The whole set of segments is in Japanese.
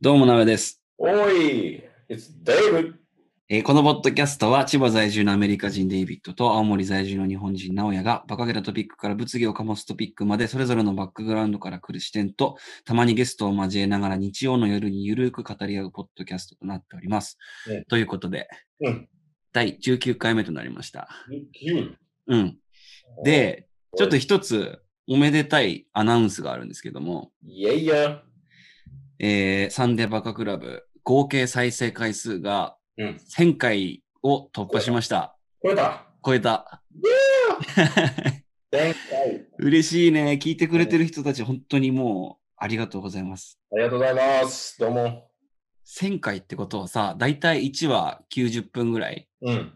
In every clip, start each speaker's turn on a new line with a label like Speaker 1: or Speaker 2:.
Speaker 1: どうも、なべです、
Speaker 2: おい !It's David!
Speaker 1: えーこのポッドキャストは、千葉在住のアメリカ人デイビッドと青森在住の日本人直哉が、バカげたトピックから物議を醸すトピックまで、それぞれのバックグラウンドから来る視点と、たまにゲストを交えながら日曜の夜にゆるく語り合うポッドキャストとなっております。
Speaker 2: うん
Speaker 1: ということで、
Speaker 2: うん
Speaker 1: 第19回目となりました。
Speaker 2: You.
Speaker 1: うん。で、ちょっと、一つ、おめでたいアナウンスがあるんですけども、
Speaker 2: いやいや。
Speaker 1: えーサンデーバカクラブ、合計再生回数が
Speaker 2: うん。
Speaker 1: 1000回を突破しました。
Speaker 2: これだ。
Speaker 1: 超えた。
Speaker 2: 前回。
Speaker 1: 嬉しいね。聞いてくれてる人たち、本当にもうありがとうございます。
Speaker 2: ありがとうございます。どうも。
Speaker 1: 1000回ってことはさ、だいたい1話90分ぐらい。
Speaker 2: うん。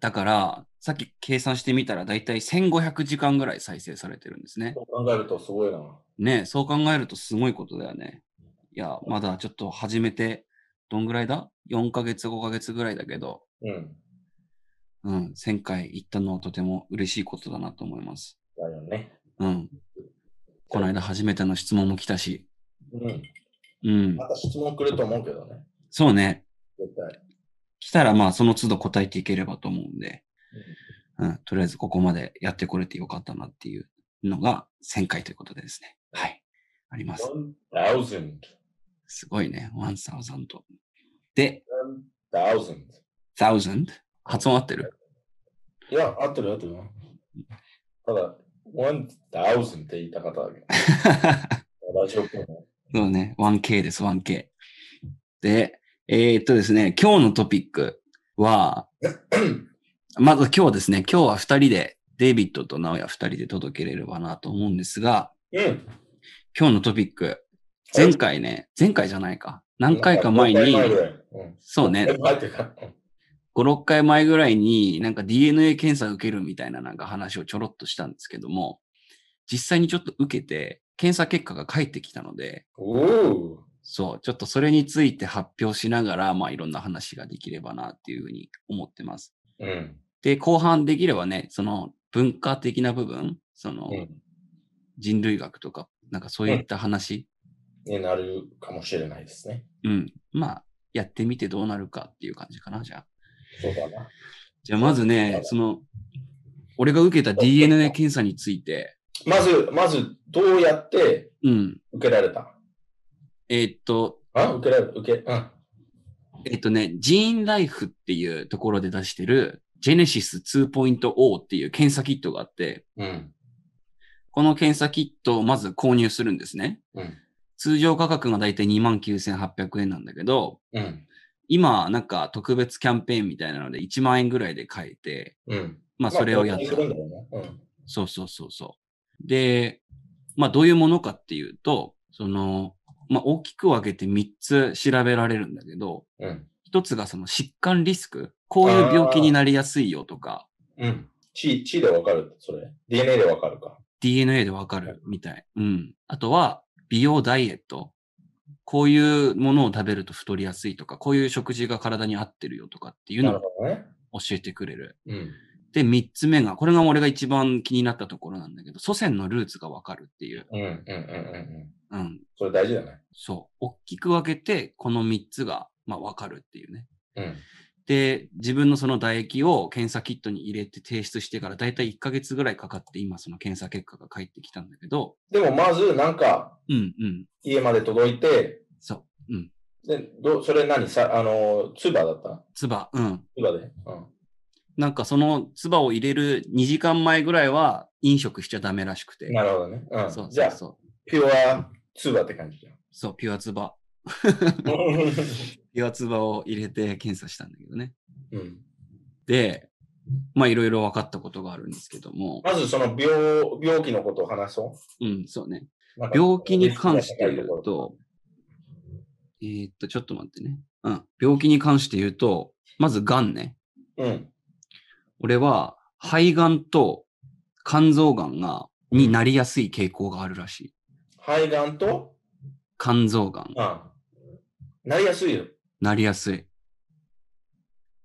Speaker 1: だから、さっき計算してみたら、だいたい1500時間ぐらい再生されてるんですね。
Speaker 2: そう考えるとすごいな。
Speaker 1: ねえそう考えるとすごいことだよね。いや、まだちょっと始めて、どんぐらいだ ?4 ヶ月、5ヶ月ぐらいだけど、
Speaker 2: うん。
Speaker 1: うん、1000回行ったのはとても嬉しいことだなと思います。
Speaker 2: だよね。
Speaker 1: うん。この間初めての質問も来たし、
Speaker 2: うん。
Speaker 1: うん。
Speaker 2: また質問くると思うけどね。
Speaker 1: そうね。
Speaker 2: 絶対。
Speaker 1: 来たらまあその都度答えていければと思うんで、うん。とりあえずここまでやってこれてよかったなっていうのが1000回ということでですね。はい。あります。
Speaker 2: 1000。
Speaker 1: すごいね。1000。で、
Speaker 2: 1000。
Speaker 1: 1000? 発音合ってる
Speaker 2: いや、合ってる合ってる。ただ、1000って言いたかったわけ。ラジオっぽいね
Speaker 1: そうね。1K です、1K。で、えーっとですね、今日のトピック は、まず今日ですね、今日は二人で、デイビッドと直哉二人で届けれればなと思うんですが、
Speaker 2: うん。
Speaker 1: 今日のトピック、前回ね、前回じゃないか。何回か前
Speaker 2: 何
Speaker 1: に、
Speaker 2: 回ぐらいうん。
Speaker 1: そうね、
Speaker 2: 何回っていうか。うん
Speaker 1: 5、6回前ぐらいになんか DNA 検査受けるみたいななんか話をちょろっとしたんですけども、実際にちょっと受けて、検査結果が返ってきたので、
Speaker 2: おお。
Speaker 1: そう、ちょっとそれについて発表しながら、まあいろんな話ができればなっていうふうに思ってます。
Speaker 2: うん。
Speaker 1: で、後半できればね、その文化的な部分、その
Speaker 2: うん
Speaker 1: 人類学とか、なんかそういった話、
Speaker 2: になるかもしれないですね。
Speaker 1: うん、まあやってみてどうなるかっていう感じかな、じゃあ。
Speaker 2: そうだな。
Speaker 1: じゃあまずね、その、俺が受けた DNA 検査について、
Speaker 2: まず、まず、どうやって
Speaker 1: うん、
Speaker 2: 受けられた
Speaker 1: えーっと、
Speaker 2: あ受けられた受け、うん。
Speaker 1: えーっとね、ジーンライフっていうところで出してる、ジェネシス2.0っていう検査キットがあって、
Speaker 2: うん。
Speaker 1: この検査キットをまず購入するんですね。
Speaker 2: うん。
Speaker 1: 通常価格がだいたい29,800円なんだけど、
Speaker 2: うん。
Speaker 1: 今なんか特別キャンペーンみたいなので1万円ぐらいで買えて、
Speaker 2: うん。
Speaker 1: まあそれをやっ
Speaker 2: まあ
Speaker 1: た
Speaker 2: こ。れにするんだろうね
Speaker 1: そうそうそうそう。で、まあどういうものかっていうと、その、まあ大きく分けて3つ調べられるんだけど、
Speaker 2: うん。うん。
Speaker 1: 1つがその疾患リスク。こういう病気になりやすいよとか、
Speaker 2: うん。地地でわかるそれ。DNA でわかるか。
Speaker 1: DNA でわかるみたい。うん。あとは、美容ダイエット。こういうものを食べると太りやすいとか、こういう食事が体に合ってるよとかっていう
Speaker 2: な
Speaker 1: の
Speaker 2: る
Speaker 1: を
Speaker 2: ほどね。
Speaker 1: 教えてくれる。
Speaker 2: うん。
Speaker 1: で、三つ目が、これが俺が一番気になったところなんだけど、祖先のルーツがわかるっていう。
Speaker 2: うん。うん。うん。うん。うん。
Speaker 1: うん。
Speaker 2: それ大事だね。
Speaker 1: そう。大きく分けて、この三つが、まあ、わかるっていうね。
Speaker 2: うん。
Speaker 1: で、自分のその唾液を検査キットに入れて提出してから、だいたい1ヶ月ぐらいかかって、今その検査結果が返ってきたんだけど、
Speaker 2: でも、まず、なんか、
Speaker 1: うんうん。
Speaker 2: 家まで届いて、
Speaker 1: そう。うん。
Speaker 2: で、どそれ何さ、あの、ツバだった
Speaker 1: つば、うん。
Speaker 2: ツバで。うん。
Speaker 1: なんかその唾を入れる2時間前ぐらいは飲食しちゃダメらしくて。
Speaker 2: なるほどね。うん。
Speaker 1: そう
Speaker 2: じ
Speaker 1: そ
Speaker 2: ゃ
Speaker 1: う
Speaker 2: あ、
Speaker 1: そう。
Speaker 2: ピュアツバって感じじゃん。
Speaker 1: そう、ピュア唾。
Speaker 2: う
Speaker 1: ピュア唾を入れて検査したんだけどね。
Speaker 2: ん、
Speaker 1: で、まあいろいろ分かったことがあるんですけども、
Speaker 2: まずその病病気のことを話そ
Speaker 1: うん、そうね。
Speaker 2: う。なんか
Speaker 1: 病気に関して言う、と、えーっと、ちょっと待ってね。うん、病気に関して言うと、まず癌ね。
Speaker 2: うん。
Speaker 1: 俺は肺がんと肝臓がんが、になりやすい傾向があるらしい。
Speaker 2: 肺がんと、
Speaker 1: 肝臓がん。
Speaker 2: あなりやすいよ。
Speaker 1: なりやすい。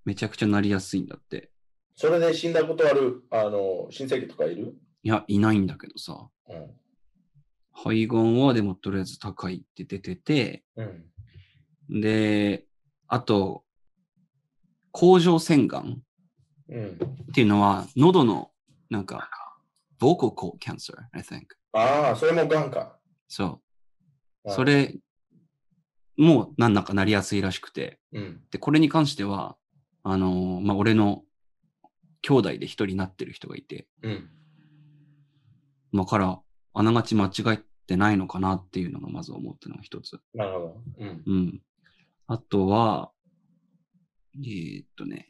Speaker 1: めちゃくちゃなりやすいんだって。
Speaker 2: それで死んだことある、あの、親戚とかいる
Speaker 1: いや、いないんだけどさ。
Speaker 2: うん。
Speaker 1: 肺がんはでもとりあえず高いって出てて、
Speaker 2: うん。
Speaker 1: で、あと、甲状腺がん
Speaker 2: うん。
Speaker 1: っていうのは、喉の、なんか、vocal cord cancer, I think.
Speaker 2: ああ、それもがんか。
Speaker 1: そう。
Speaker 2: はい
Speaker 1: そ。れも、なんなんかなりやすいらしくて。
Speaker 2: うん。
Speaker 1: で、これに関しては、あのーまあ、俺の兄弟で一人なってる人がいて、
Speaker 2: うん。
Speaker 1: まあ、から、あながち間違えてないのかなっていうのがまず思ったのが一つ。
Speaker 2: なるほど。うん。
Speaker 1: うん。あとは、えーっとね。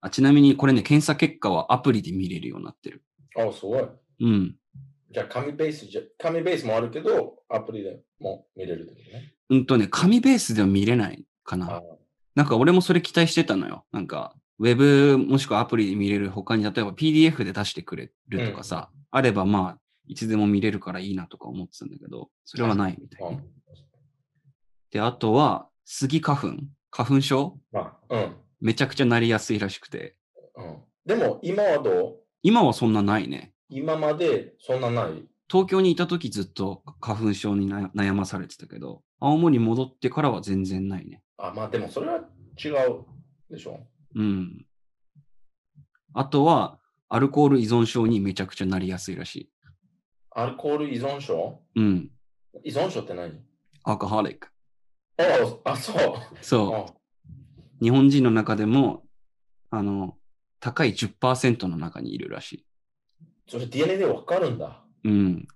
Speaker 1: あ、ちなみにこれね、検査結果はアプリで見れるようになってる。
Speaker 2: ああ、すごい。
Speaker 1: うん。
Speaker 2: じゃあ、紙ベースじゃ、紙ベースもあるけど、アプリでも見れるってことね。
Speaker 1: うんとね、紙ベースでは見れないか
Speaker 2: あ
Speaker 1: な。なんか俺もそれ期待してたのよ。なんか、ウェブもしくはアプリで見れる他に、例えば PDF で出してくれるとかさ、あればまあ、いつでも見れるからいいなとか思ってたんだけど、それはないみたいな。
Speaker 2: あ
Speaker 1: で、あとは、スギ花粉花粉症
Speaker 2: まあ、うん。
Speaker 1: めちゃくちゃなりやすいらしくて。
Speaker 2: うん。でも、今はどう
Speaker 1: 今はそんなないね。
Speaker 2: 今までそんなない。
Speaker 1: 東京にいた時ずっと花粉症にな悩まされてたけど、青森に戻ってからは全然ないね。
Speaker 2: あ、まあでもそれは違うでしょ。
Speaker 1: うん。あとは、アルコール依存症にめちゃくちゃなりやすいらし
Speaker 2: アルコール依存症
Speaker 1: い。うん。
Speaker 2: 依存症って何
Speaker 1: アルコホリック。
Speaker 2: ああ、そう。
Speaker 1: そ
Speaker 2: あ
Speaker 1: う。日本人の中でも、あの、高い10%の中にいるらし
Speaker 2: それ DNA でわかるんだ。
Speaker 1: い。うん。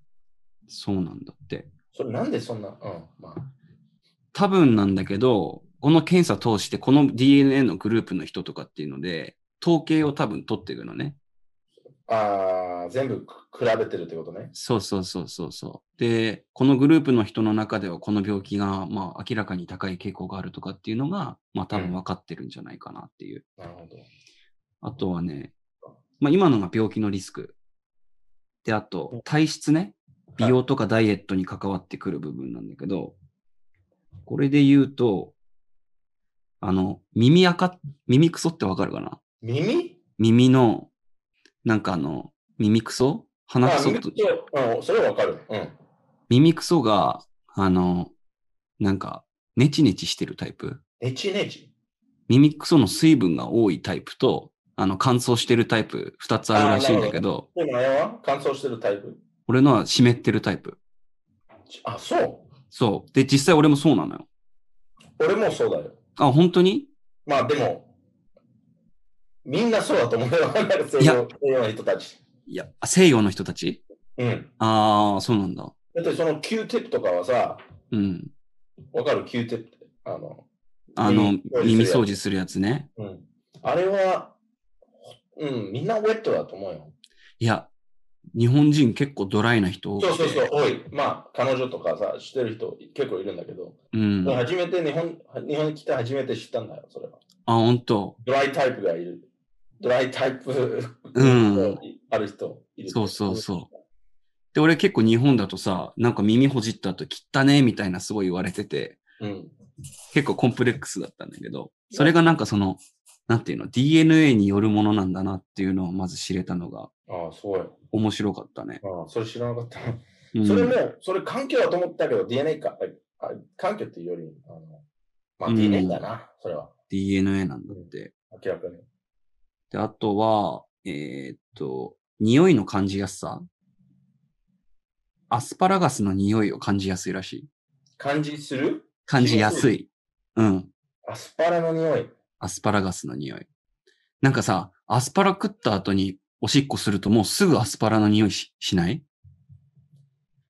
Speaker 1: そうなんだって。
Speaker 2: それなんでそんな、うん、まあ。
Speaker 1: 多分なんだけど、この検査通して、この DNA のグループの人とかっていうので、統計を多分取っていくのね。
Speaker 2: あー全部く比べてるってことね。
Speaker 1: そうそうそうそうそう。で、このグループの人の中ではこの病気が、まあ、明らかに高い傾向があるとかっていうのが、まあ、多分分かってるんじゃないかなっていう。
Speaker 2: なるほど。
Speaker 1: あとはね、まあ、今のが病気のリスク。で、あ
Speaker 2: うん
Speaker 1: と、体質ね。
Speaker 2: はい
Speaker 1: 美容とかダイエットに関わってくる部分なんだけど、これで言うと、あの、耳垢、耳くそってわかるかな
Speaker 2: 耳
Speaker 1: 耳の、なんかあの、耳くそ鼻く
Speaker 2: あ
Speaker 1: そ
Speaker 2: 耳
Speaker 1: と
Speaker 2: ってうん、それはわかる。うん。
Speaker 1: 耳くそが、あの、なんか、ネチネチしてるタイプ。
Speaker 2: ネチネチ。
Speaker 1: 耳くその水分が多いタイプと、あの、乾燥してるタイプ、二つあるらしいんだけど、
Speaker 2: でもあれは乾燥してるタイプ。
Speaker 1: 俺のは湿ってるタイプ。
Speaker 2: あ、そう。
Speaker 1: そう。で、実際俺もそうなのよ。
Speaker 2: 俺もそうだよ。
Speaker 1: あ、本当に
Speaker 2: まあでも、みんなそうだと思うよ。西
Speaker 1: いや
Speaker 2: 洋西洋の人たち。
Speaker 1: いや、あ西洋の人たち
Speaker 2: うん。
Speaker 1: ああ、そうなんだ。
Speaker 2: だってその Q ティップとかはさ、
Speaker 1: うん。
Speaker 2: わかる ?Q ティップって。あの、
Speaker 1: あの、
Speaker 2: 耳
Speaker 1: 耳
Speaker 2: 掃
Speaker 1: 掃除するやつね。
Speaker 2: うん。あれは、うん、みんなウェットだと思うよ。
Speaker 1: いや、日本人結構ドライな人多くて
Speaker 2: そうそうそう、多い。まあ、彼女とかさ、してる人結構いるんだけど、
Speaker 1: うん。あ、
Speaker 2: 初めて日本、日本に来て初めて知ったんだよ、それは。
Speaker 1: 本当
Speaker 2: ドライタイプがいる。ドライタイプ、
Speaker 1: うん、
Speaker 2: ある人いる。
Speaker 1: そうそうそう。で、俺結構日本だとさ、なんか耳ほじった後、切ったね、みたいなすごい言われてて、
Speaker 2: う。うん。
Speaker 1: 結構コンプレックスだったんだけど、それがなんかその、なんていうの、DNA によるものなんだなっていうのをまず知れたのが
Speaker 2: ああ、すごい。あ
Speaker 1: 面白かったね。
Speaker 2: あ、それ知らなかった。
Speaker 1: うん、
Speaker 2: それも、それ環境だと思ったけど、DNA か、あ環境っていうより、あのまあ、
Speaker 1: うん
Speaker 2: DNA だな、それは、
Speaker 1: DNA なんだって。
Speaker 2: 明らかに。
Speaker 1: で、あとは、えーっと、匂いの感じやすさ。アスパラガスの匂いを感じやすいらしい。
Speaker 2: 感じする
Speaker 1: 感じやすい。うん。
Speaker 2: アスパラの匂い。
Speaker 1: アスパラガスの匂い。なんかさ、アスパラ食った後におしっこするともうすぐアスパラの匂いししない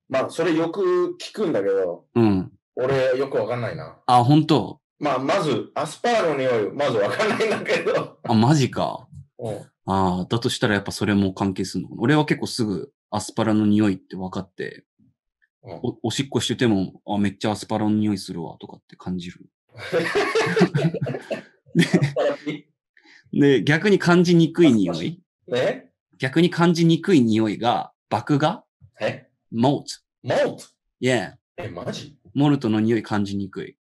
Speaker 2: まあ、それよく聞くんだけど、
Speaker 1: うん。
Speaker 2: 俺よくわかんないな。
Speaker 1: あ、本当
Speaker 2: まあ、まず、アスパラの匂い、まずわかんないんだけど。
Speaker 1: あ、マジか。
Speaker 2: うん
Speaker 1: ああ、だとしたらやっぱそれも関係するのかな。俺は結構すぐアスパラの匂いって分かって、
Speaker 2: うん
Speaker 1: おおしっこしてても、あ、めっちゃアスパラの匂いするわとかって感じる。
Speaker 2: アスパラピ
Speaker 1: で、逆に感じにくい匂
Speaker 2: アスパ
Speaker 1: い
Speaker 2: ね
Speaker 1: 逆に感じにくい匂いが、麦芽
Speaker 2: え
Speaker 1: モルト。
Speaker 2: モルト
Speaker 1: Yeah。
Speaker 2: え、マジい
Speaker 1: モルトの匂い感じにくい。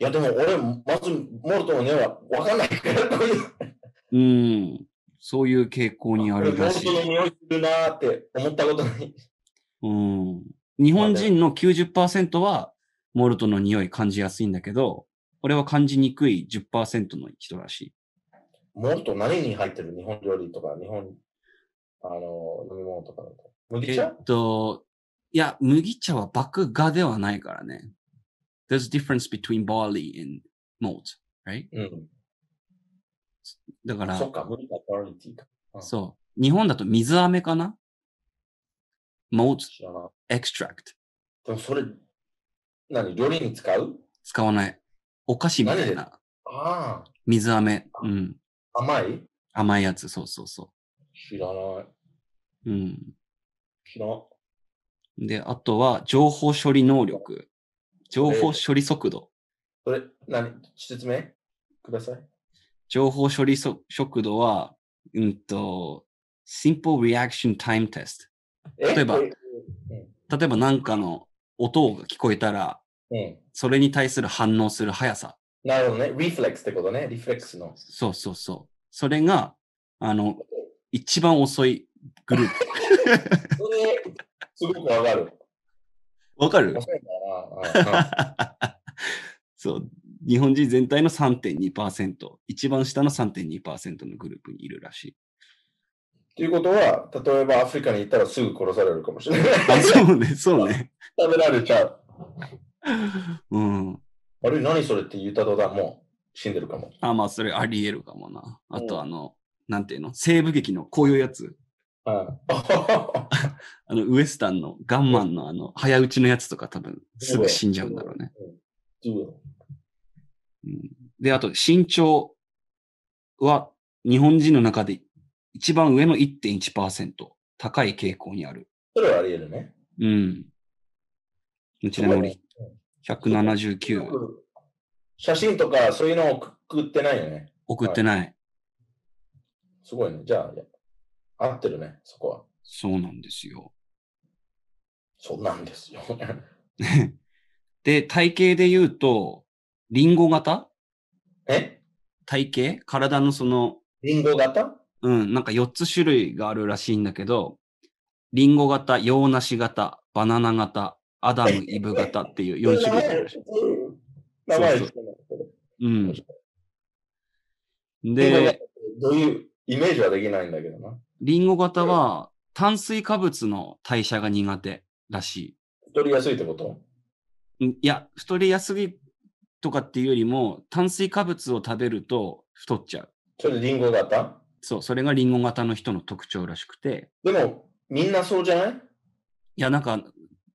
Speaker 2: や、でも俺、まず、モルトの匂いはわかんないから、こういう
Speaker 1: うん。そういう傾向にあるらしい
Speaker 2: モ。ルトの匂いするなーって思ったことない。
Speaker 1: うん。日本人の90%はモルトの匂い感じやすいんだけど、これは感じにくい10%の人らしい。
Speaker 2: もっと何に入ってる日本料理とか、日本、あの、飲み物とかだと。麦
Speaker 1: え
Speaker 2: 茶
Speaker 1: っと、いや、麦茶は麦芽ではないからね。There's a difference between barley and malt, right?
Speaker 2: うん。
Speaker 1: だから、
Speaker 2: そっか、麦茶バリティーか。うん
Speaker 1: そう。日本だと水飴かな ?malt
Speaker 2: 知らない。
Speaker 1: extract。
Speaker 2: でもそれ、何料理に使う
Speaker 1: 使わない。お菓子みたい
Speaker 2: 何
Speaker 1: な。
Speaker 2: あ
Speaker 1: 水飴。うん。
Speaker 2: あ、甘い
Speaker 1: 甘いやつ。そうそうそ
Speaker 2: 知らない。
Speaker 1: う。うん。
Speaker 2: 知らん。
Speaker 1: で、あとは、情報処理能力。情報処理速度。
Speaker 2: それ、何説明ください。
Speaker 1: 情報処理そ速度は、うんと、simple reaction time test。
Speaker 2: え
Speaker 1: 例えば
Speaker 2: これ
Speaker 1: 例えばなんかの音が聞こえたら、
Speaker 2: うん。うん
Speaker 1: それに対する反応する速さ。
Speaker 2: なるほどね。リフレックスってことね。リフレックスの。
Speaker 1: そうそうそう。それが、あの、一番遅いグループ。
Speaker 2: それ、すごくわかる。
Speaker 1: わかる
Speaker 2: 面白いんだな。
Speaker 1: そう。日本人全体の3.2%。一番下の3.2%のグループにいるらしい。
Speaker 2: ということは、例えばアフリカに行ったらすぐ殺されるかもしれない。
Speaker 1: あ、そうね、そうね。
Speaker 2: 食べられちゃう。
Speaker 1: うん。
Speaker 2: あれ、何それって言った途端もう死んでるかも。
Speaker 1: あ、まあ、それあり得るかもな。あ
Speaker 2: う
Speaker 1: と、
Speaker 2: ん
Speaker 1: あの、なんていうの西部劇のこういうやつ。
Speaker 2: はい
Speaker 1: あの、ウエスタンのガンマンのあの、早打ちのやつとか多分、すぐ死んじゃうんだろうね。
Speaker 2: 自分
Speaker 1: うんで、あと、身長は日本人の中で一番上の1.1%。高い傾向にある。
Speaker 2: それはあり得るね。
Speaker 1: うん。ちなみに俺、179
Speaker 2: 写真とかそういうのをくくってないよね。
Speaker 1: 送ってない。
Speaker 2: すごいね。じゃあ、いや合ってるね、そこは。
Speaker 1: そうなんですよ。
Speaker 2: そうなんですよ。
Speaker 1: で、体型で言うと、リンゴ型
Speaker 2: え
Speaker 1: 体型体のその、
Speaker 2: リンゴ型
Speaker 1: うん、なんか4つ種類があるらしいんだけど、リンゴ型、洋梨型、バナナ型、アダム、イブ型っていう4種類があるらしい。
Speaker 2: 名前
Speaker 1: そう
Speaker 2: 知らないけど
Speaker 1: うん。
Speaker 2: リンゴ型っ
Speaker 1: で
Speaker 2: て、どういうイメージはできないんだけどな。
Speaker 1: リンゴ型は炭水化物の代謝が苦手らし
Speaker 2: 太りやすいってこと
Speaker 1: い。んいや、太りやすいとかっていうよりも、炭水化物を食べると太っちゃう。
Speaker 2: それリンゴ型
Speaker 1: そう、それがリンゴ型の人の特徴らしくて、
Speaker 2: でも、みんなそうじゃない
Speaker 1: いや、なんか、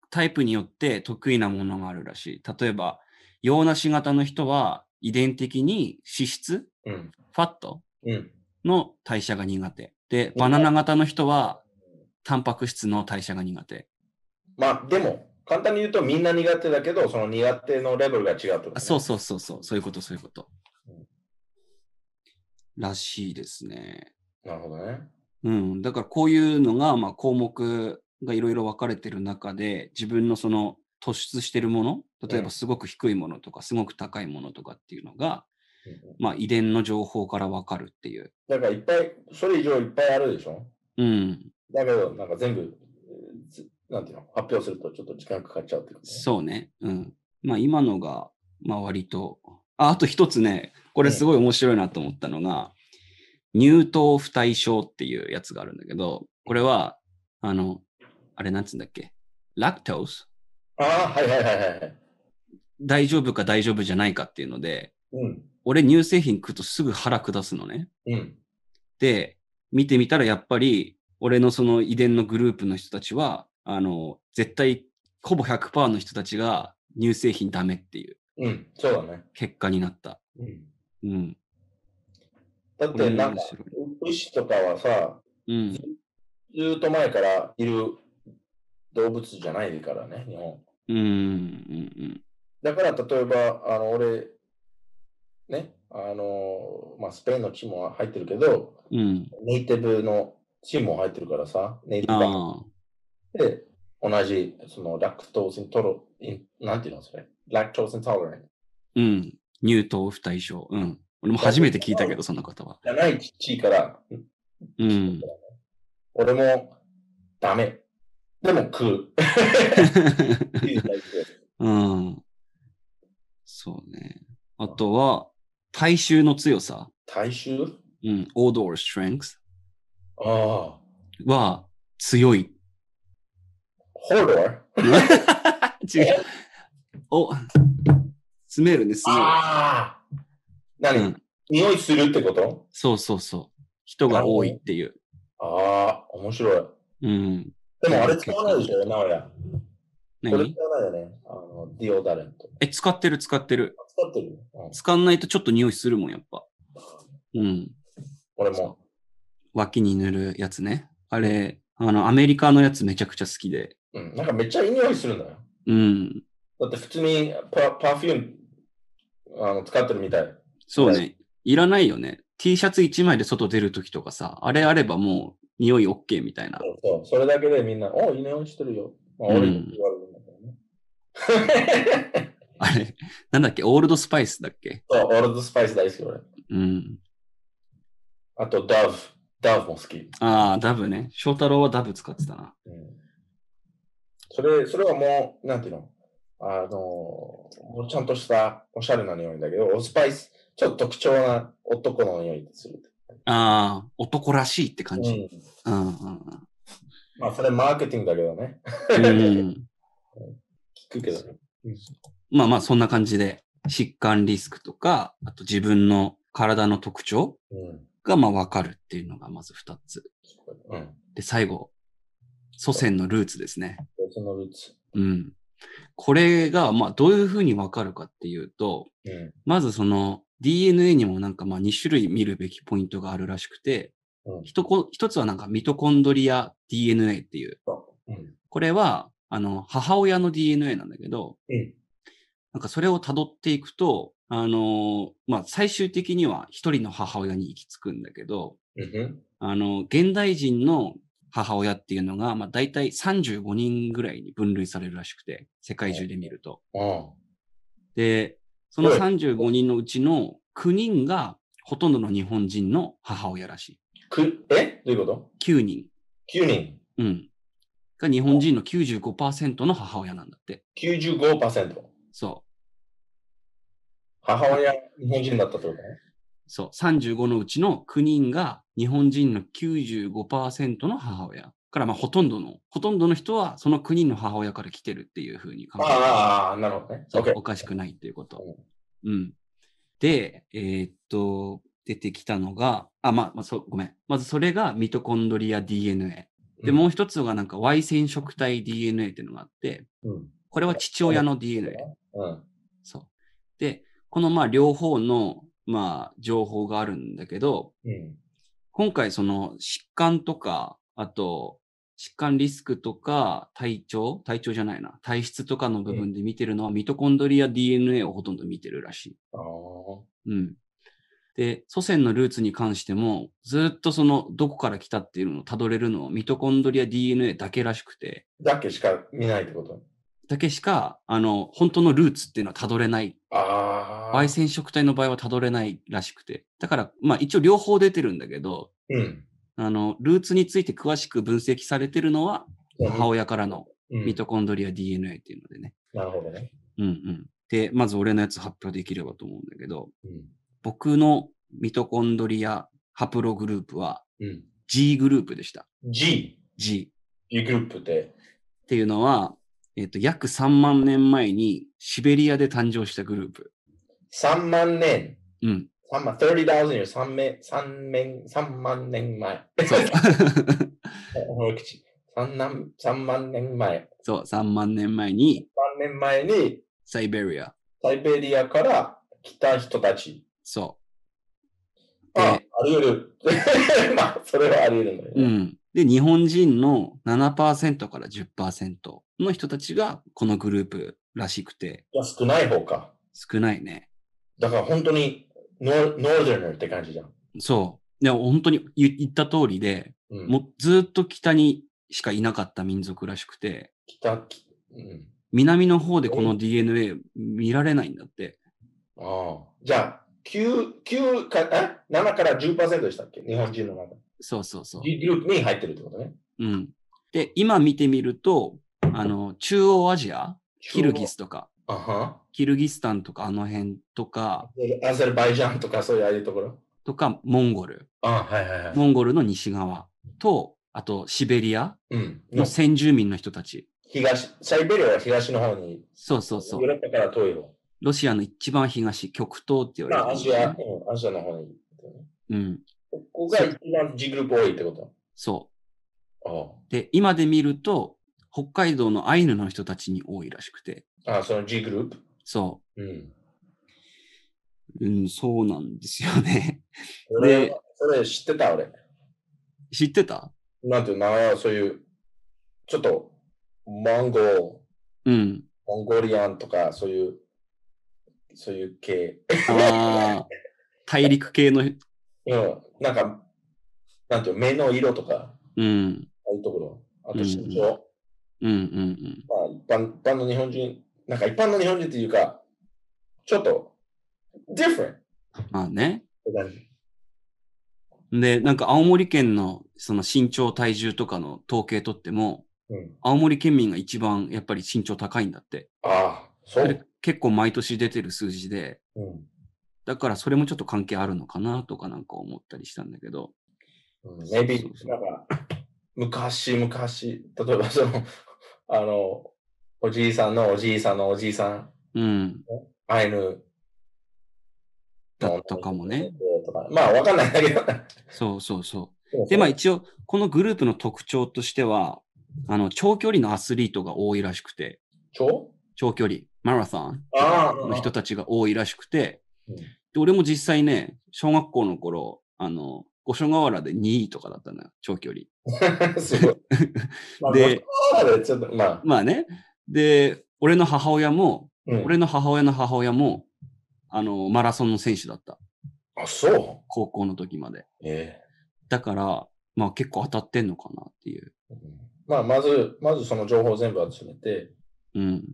Speaker 1: タイプによって得意なものがあるらしい。例えば、洋梨型の人は遺伝的に脂質、
Speaker 2: うん。
Speaker 1: ファット
Speaker 2: うん。
Speaker 1: の代謝が苦手。で、バナナ型の人はタンパク質の代謝が苦手。
Speaker 2: まあ、でも、簡単に言うとみんな苦手だけど、その苦手のレベルが違うってことね、
Speaker 1: あそうそうそうそう、そういうこと、そういうこと
Speaker 2: うん。
Speaker 1: らしいですね。
Speaker 2: なるほどね。
Speaker 1: うん。だからこういうのが、まあ、項目がいろいろ分かれてる中で、自分のその突出してるもの、例え
Speaker 2: う
Speaker 1: ば
Speaker 2: ん
Speaker 1: すごく低いものとか、すごく高いものとかっていうのが、
Speaker 2: うんうん
Speaker 1: まあ、遺伝の情報から分かるっていう。
Speaker 2: だからいっぱい、それ以上いっぱいあるでしょ
Speaker 1: うん。
Speaker 2: だけど、なんか全部、えーずなんていうの、発表するとちょっと時間かかっちゃうってこと、ね。
Speaker 1: そうね。うん。まあ、今のが、まあ、割と。あ、あと一つね、これすごい面白いなと思ったのが、乳糖不対症っていうやつがあるんだけど、これは、あの、あれなんつうんだっけ、ラクトース
Speaker 2: ああ、はいはいはいはい。
Speaker 1: 大丈夫か大丈夫じゃないかっていうので、
Speaker 2: うん。
Speaker 1: 俺乳製品食うとすぐ腹下すのね。
Speaker 2: うん。
Speaker 1: で、見てみたらやっぱり、俺のその遺伝のグループの人たちは、あの、絶対、ほぼ100%の人たちが乳製品ダメっていう
Speaker 2: うん。そうだね。
Speaker 1: 結果になった。
Speaker 2: うん、
Speaker 1: うん。
Speaker 2: だって、なんか
Speaker 1: 面、白い
Speaker 2: 牛とかはさ、
Speaker 1: うん。
Speaker 2: ずーっと前からいる動物じゃないからね、日本。
Speaker 1: うん。うん。
Speaker 2: だから、例えば、あの、俺、ね、あの、まあ、スペインの地も入ってるけど、
Speaker 1: うん。うん。
Speaker 2: ネイティブのチームも入ってるからさ、ネイティブが
Speaker 1: ああ。
Speaker 2: で、同じ、その、ラクトースイントロ、インなんていうのそれ、ラクトースイントロレン
Speaker 1: うん。乳糖不対症。うん。俺も初めて聞いたけど、そんな方は。
Speaker 2: じゃない地位から、
Speaker 1: うん。
Speaker 2: 俺も、 ダメ。でも食う。
Speaker 1: うん。そうね。あとは、大衆の強さ、
Speaker 2: 大衆
Speaker 1: うん、odor strength
Speaker 2: ああ。
Speaker 1: は強い。
Speaker 2: ホードー
Speaker 1: 違う。お、詰めるね、詰める。
Speaker 2: ああ。何、
Speaker 1: うん
Speaker 2: 匂いするってこと
Speaker 1: そうそうそう。人が多いっていう。
Speaker 2: ああ、面白い。
Speaker 1: うん。
Speaker 2: でもあれ使わないでしょ、なおや。これ
Speaker 1: 何
Speaker 2: 使わないよね。あの、ディオダレント。
Speaker 1: え、使ってる、使ってる。
Speaker 2: 使ってるよ。うん、
Speaker 1: 使んないとちょっと匂いするもん、やっぱ。うん。
Speaker 2: 俺も。
Speaker 1: 脇に塗るやつね。あれ、あの、アメリカのやつめちゃくちゃ好きで。
Speaker 2: うん。なんかめっちゃいい匂いするんだよ。
Speaker 1: うん。
Speaker 2: だって普通にパパフュームあの使ってるみたい。
Speaker 1: そう
Speaker 2: は
Speaker 1: ね。いらないよね。T シャツ1枚で外出るときとかさ、あれあればもう匂い OK みたいな。
Speaker 2: そう。それだけでみんな、おいい匂いしてるよ。まあ、
Speaker 1: うん
Speaker 2: 俺に言われるんだけどね。
Speaker 1: あれ、なんだっけ、オールドスパイスだっけ
Speaker 2: そう、オールドスパイス大好き俺。
Speaker 1: うん。
Speaker 2: あと、ダブ。ダブも好き。
Speaker 1: ああ、ダブね。翔太郎はダブ使ってたな。
Speaker 2: うんそれ、それはもう、なんていうのあの、もうちゃんとしたおしゃれな匂いだけど、スパイス、ちょっと特徴な男の匂いする。
Speaker 1: ああ、男らしいって感
Speaker 2: う
Speaker 1: じ。
Speaker 2: ん。
Speaker 1: うん。うん
Speaker 2: まあ、それマーケティングだけどね。
Speaker 1: うんうん、
Speaker 2: 聞くけどね。
Speaker 1: まあまあ、そんな感じで、疾患リスクとか、あと自分の体の特徴
Speaker 2: うん。
Speaker 1: がまあわかるっていうのがまず2つ。
Speaker 2: うん。
Speaker 1: で、最後、祖先のルーツですね。
Speaker 2: そのルーツ。
Speaker 1: うん。これが、まあ、どういうふうにわかるかっていうと、
Speaker 2: うん。
Speaker 1: まずその DNA にもなんかまあ2種類見るべきポイントがあるらしくて
Speaker 2: うん、
Speaker 1: 一こ一つはなんかミトコンドリア DNA っていう、
Speaker 2: うん。
Speaker 1: これは、あの、母親の DNA なんだけど、
Speaker 2: うん
Speaker 1: なんかそれを辿っていくと、あの、まあ、最終的には一人の母親に行き着くんだけど、
Speaker 2: うん。
Speaker 1: あの、現代人の母親っていうのが、まあ、大体35人ぐらいに分類されるらしくて、世界中で見ると。
Speaker 2: うん。
Speaker 1: で、その
Speaker 2: はい
Speaker 1: 35人のうちの9人が、ほとんどの日本人の母親らし
Speaker 2: く、えどういうこと
Speaker 1: い。9人。
Speaker 2: ?9 人。
Speaker 1: うん。が日本人の95%の母親なんだって。
Speaker 2: 95%。
Speaker 1: そ
Speaker 2: 母親、日本人だったってことね。
Speaker 1: う。そう。35のうちの9人が、日本人の95%の母親。から、まあ、ほとんどの、ほとんどの人は、その9人の母親から来てるっていうふうに考
Speaker 2: あ
Speaker 1: え
Speaker 2: あ
Speaker 1: てます
Speaker 2: ああああ、なるほどね。
Speaker 1: そう
Speaker 2: OK。
Speaker 1: おかしくないっていうこと。うん。で、えーっと、出てきたのが、あ、まあ、まあ、そう、ごめん。まずそれがミトコンドリア DNA。で、
Speaker 2: うん
Speaker 1: もう一つがなんか Y 染色体 DNA っていうのがあって、
Speaker 2: うん。
Speaker 1: これは父親の DNA。
Speaker 2: うん。
Speaker 1: そう。で、このまあ両方の、まあ、情報があるんだけど、
Speaker 2: うん。
Speaker 1: 今回その疾患とか、あと、疾患リスクとか、体調体調じゃないな。体質とかの部分で見てるのは、ミトコンドリア DNA をほとんど見てるらしい。
Speaker 2: ああ。
Speaker 1: うん。で、祖先のルーツに関しても、ずっとその、どこから来たっていうのをたどれるのは、ミトコンドリア DNA だけらしくて、
Speaker 2: だけしか見ないってこと
Speaker 1: だけしか、あの、本当のルーツっていうのはたどれない。
Speaker 2: ああ
Speaker 1: 外。染色体の場合はたどれないらしくて。だから、まあ一応両方出てるんだけど、
Speaker 2: うん。
Speaker 1: あの、ルーツについて詳しく分析されてるのは、母親からの
Speaker 2: うん
Speaker 1: ミトコンドリア DNA っていうのでね。
Speaker 2: なるほどね。
Speaker 1: うんうん。で、まず俺のやつ発表できればと思うんだけど、
Speaker 2: うん。
Speaker 1: 僕のミトコンドリアハプログループは、
Speaker 2: うん。
Speaker 1: G グループでした。
Speaker 2: G、
Speaker 1: G っ
Speaker 2: U グループって、
Speaker 1: ていうのは、えっと約3万年前にシベリアで誕生したグループ。
Speaker 2: 3万年。
Speaker 1: うん。
Speaker 2: 3万、30,000 years、3め三年、三万年前。
Speaker 1: そう。
Speaker 2: 俺口三万三万年前。
Speaker 1: そう、3万年前に
Speaker 2: 3年前に、
Speaker 1: サイベリア。
Speaker 2: サイベリアから来た人たち。
Speaker 1: そ
Speaker 2: あ
Speaker 1: で、
Speaker 2: あり得る。 まあ、それはあり得るんだよ
Speaker 1: う。う
Speaker 2: ね。
Speaker 1: ん。で、日本人の7%から10%の人たちがこのグループらしくて、
Speaker 2: いや少ない方か。
Speaker 1: 少ないね。
Speaker 2: だから本当にノー、ノーゼルって感じじゃん。
Speaker 1: そう。でも本当に言言った通りで、
Speaker 2: うん、
Speaker 1: もうずっと北にしかいなかった民族らしくて、
Speaker 2: 北、きうん。
Speaker 1: 南の方でこの DNA 見られないんだって。
Speaker 2: ああ。じゃあ、9、9か、え ?7 から10%でしたっけ日本人の中。
Speaker 1: そうそうそう。
Speaker 2: G グループに入ってるってことね。
Speaker 1: うん。で、今見てみると、あの、中央アジア、キルギスとか、
Speaker 2: 中あは
Speaker 1: キルギスタンとかあの辺とか、
Speaker 2: でアゼルバイジャンとかそういうああいうところ
Speaker 1: とかモンゴル、
Speaker 2: あはいはいはい。
Speaker 1: モンゴルの西側と、あとシベリア
Speaker 2: うん。
Speaker 1: の先住民の人たち。
Speaker 2: 東、サイベリアは東の方に、
Speaker 1: そうそうそ
Speaker 2: ヨー
Speaker 1: う。
Speaker 2: ロッパから遠い方。
Speaker 1: ロシアの一番東、極東って言
Speaker 2: ま
Speaker 1: わ
Speaker 2: あ、
Speaker 1: れ
Speaker 2: ア
Speaker 1: て
Speaker 2: ジ
Speaker 1: る、
Speaker 2: ア、うんアジアの方に。
Speaker 1: うん。
Speaker 2: ここが一番 G グループ多いってこ
Speaker 1: そ
Speaker 2: と
Speaker 1: う。で、今で見ると、北海道のアイヌの人たちに多いらしくて。
Speaker 2: あああ、その G グループ
Speaker 1: そ
Speaker 2: うん。
Speaker 1: う。うん、そうなんですよね。
Speaker 2: 俺、それ知ってた俺。
Speaker 1: 知ってた
Speaker 2: なんていうのかな、そういう、ちょっと、モンゴー、
Speaker 1: うん。
Speaker 2: モンゴリアンとか、そういう、そういう系。
Speaker 1: ああ、大陸系の、
Speaker 2: うん。なんか、なんていうの目の色とか、
Speaker 1: うん、
Speaker 2: ああいうところ。あと
Speaker 1: うん
Speaker 2: 身長。
Speaker 1: うん、うん、うん。
Speaker 2: まあ、一般一般の日本人、なんか一般の日本人っていうか、ちょっと、different っ
Speaker 1: まあね。
Speaker 2: て感じ。
Speaker 1: で、なんか青森県のその身長、体重とかの統計取っても、
Speaker 2: うん。
Speaker 1: 青森県民が一番やっぱり身長高いんだって。
Speaker 2: ああ、そ
Speaker 1: それ
Speaker 2: う。
Speaker 1: 結構毎年出てる数字で、
Speaker 2: うん。
Speaker 1: だからそれもちょっと関係あるのかなとかなんか思ったりしたんだけど。
Speaker 2: うん、maybe
Speaker 1: そうそうそう
Speaker 2: なんか、昔、昔、例えばその、あの、おじいさんのおじいさんのおじいさん、
Speaker 1: うん。
Speaker 2: アイヌ。
Speaker 1: だったかもね。
Speaker 2: とか。まあ、わかんないんだけど。
Speaker 1: そうそうそう。で、まあ一応、このグループの特徴としては、あの、長距離のアスリートが多いらしくて、
Speaker 2: 超
Speaker 1: 長距離、マラソン
Speaker 2: ああ、
Speaker 1: の人たちが多いらしくて、
Speaker 2: うん
Speaker 1: で、俺も実際ね、小学校の頃、あの、五所川原で2位とかだったのよ、長距離。
Speaker 2: すごい。まあ、
Speaker 1: で
Speaker 2: まあちょっと、まあ、
Speaker 1: まあね。で、俺の母親も、
Speaker 2: うん、
Speaker 1: 俺の母親の母親も、あの、マラソンの選手だった。
Speaker 2: あ、そう。
Speaker 1: 高校の時まで。
Speaker 2: ええ
Speaker 1: だから、まあ結構当たってんのかなっていう。
Speaker 2: まあ、まず、まずその情報を全部集めて、
Speaker 1: うん。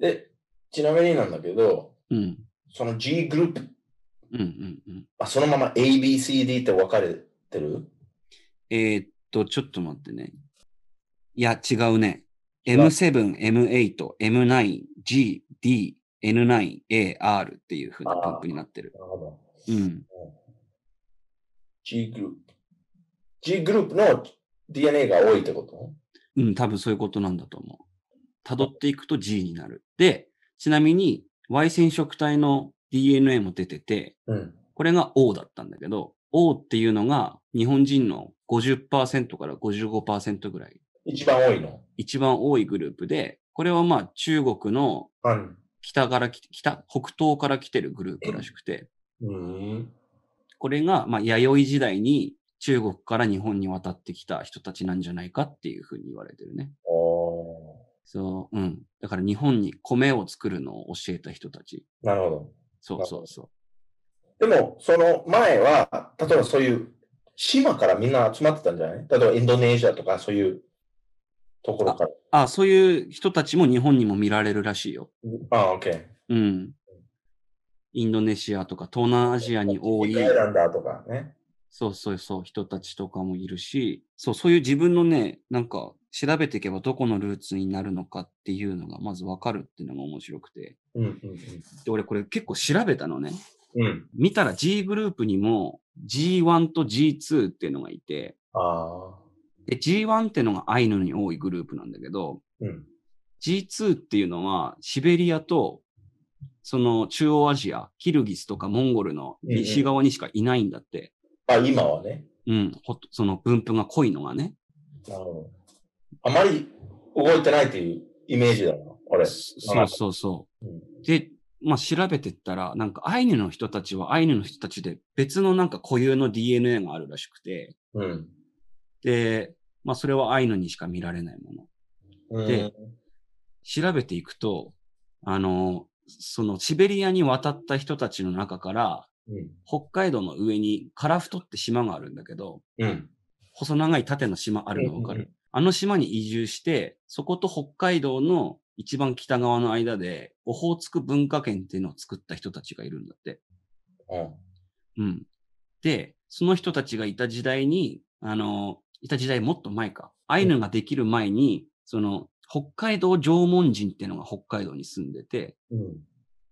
Speaker 2: で、ちなみになんだけど、
Speaker 1: うん。
Speaker 2: その G グループ、
Speaker 1: うんうんうん。
Speaker 2: あそのまま ABCD って分かれてる
Speaker 1: えーっと、ちょっと待ってね。いや、違うね。
Speaker 2: 違う
Speaker 1: M7、M8、M9、G、D、N9、A、R っていう風なパックになってる。
Speaker 2: なるほど。
Speaker 1: うん。
Speaker 2: G グループ。G グループの DNA が多いってこと
Speaker 1: うん、多分そういうことなんだと思う。辿っていくと G になる。で、ちなみに Y 染色体の DNA も出てて、
Speaker 2: うん。
Speaker 1: これが O だったんだけど、O っていうのが日本人の50%から55%ぐらい、
Speaker 2: 一番多いの。
Speaker 1: 一番多いグループで、これはまあ中国の
Speaker 2: うん。
Speaker 1: 北からき、北、北東から来てるグループらしくて、
Speaker 2: うん。
Speaker 1: これがまあ弥生時代に中国から日本に渡ってきた人たちなんじゃないかっていうふうに言われてるね。
Speaker 2: お
Speaker 1: そう、うん。だから日本に米を作るのを教えた人たち。
Speaker 2: ーなるほど。
Speaker 1: そうそうそ
Speaker 2: でも、その前は、例えばそういう、島からみんな集まってたんじゃない例えばインドネシアとかそういうところから。
Speaker 1: う。あ、そういう人たちも日本にも見られるらしいよ。
Speaker 2: ああ、OK。
Speaker 1: うん。インドネシアとか東南アジアに多い、
Speaker 2: アイランダーとかね。
Speaker 1: そうそうそう、人たちとかもいるし、そう、そういう自分のね、なんか調べていけばどこのルーツになるのかっていうのがまずわかるっていうのが面白くて。
Speaker 2: うん
Speaker 1: で、俺これ結構調べたのね。
Speaker 2: うんうん。うん。
Speaker 1: 見たら G グループにも G1 と G2 っていうのがいて、
Speaker 2: ああ。
Speaker 1: で、G1 ってのがアイヌに多いグループなんだけど、
Speaker 2: うん。
Speaker 1: G2 っていうのはシベリアと、その中央アジア、キルギスとかモンゴルの
Speaker 2: うんうん
Speaker 1: 西側にしかいないんだって。
Speaker 2: あ、今はね。
Speaker 1: うん、ほとその分布が濃いのがね。
Speaker 2: なるほど。あまり動いてないっていうイメージだな、俺。
Speaker 1: そうそうそう
Speaker 2: うん。
Speaker 1: で、まあ調べてったら、なんかアイヌの人たちはアイヌの人たちで別のなんか固有の DNA があるらしくて、
Speaker 2: うん。
Speaker 1: で、まあそれはアイヌにしか見られないもの。
Speaker 2: うん
Speaker 1: で調べていくと、あの、そのシベリアに渡った人たちの中から、
Speaker 2: うん。
Speaker 1: 北海道の上にカラフトって島があるんだけど、
Speaker 2: うん。
Speaker 1: 細長い縦の島あるのわか
Speaker 2: うんうん
Speaker 1: る。あの島に移住して、そこと北海道の一番北側の間で、オホーツク文化圏っていうのを作った人たちがいるんだって。
Speaker 2: うん。
Speaker 1: うん。で、その人たちがいた時代に、あの、いた時代もっと前か。アイヌができる前に、その、北海道縄文人っていうのが北海道に住んでて、
Speaker 2: うん。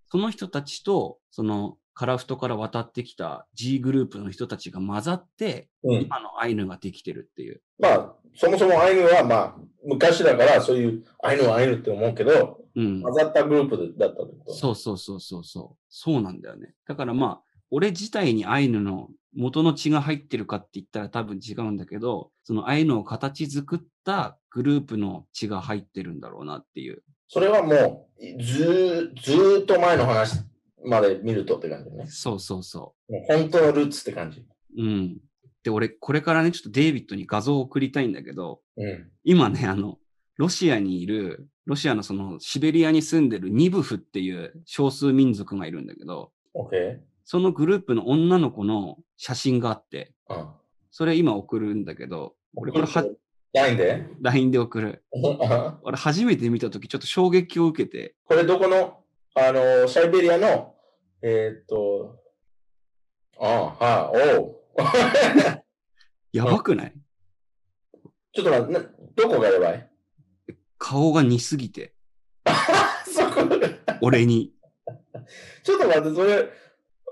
Speaker 1: その人たちと、その、カラフトから渡ってきた G グループの人たちが混ざって、
Speaker 2: うん。
Speaker 1: 今のアイヌができてるっていう。
Speaker 2: まあ、そもそもアイヌは、まあ、昔だから、そういう、アイヌはアイヌって思うけど、
Speaker 1: うん。
Speaker 2: 混ざったグループだったってこと。
Speaker 1: そうそうそうそうそう。そうなんだよね。だからまあ、俺自体にアイヌの元の血が入ってるかって言ったら多分違うんだけど、そのアイヌを形作ったグループの血が入ってるんだろうなっていう。
Speaker 2: それはもう、ずー、ずーっと前の話まで見るとって感じだね。
Speaker 1: そうそうそ
Speaker 2: もう本当のルーツって感じ。
Speaker 1: う。うん。で、俺、これからね、ちょっとデイビッドに画像を送りたいんだけど、
Speaker 2: うん。
Speaker 1: 今ね、あの、ロシアにいる、ロシアのそのシベリアに住んでるニブフっていう少数民族がいるんだけど、
Speaker 2: オッケ
Speaker 1: そのグループの女の子の写真があって、
Speaker 2: ー。うん。
Speaker 1: それ今送るんだけど、俺これは、
Speaker 2: ラインで
Speaker 1: LINE で送る。
Speaker 2: こ
Speaker 1: 俺初めて見たときちょっと衝撃を受けて、
Speaker 2: れどこの、あのー、シャイベリアの、えーっと、ああ、はい、おう。
Speaker 1: やばくない
Speaker 2: ちょっと待って、などこがやばい
Speaker 1: 顔が似すぎて、
Speaker 2: そこ
Speaker 1: 俺に。
Speaker 2: ちょっと待って、それ、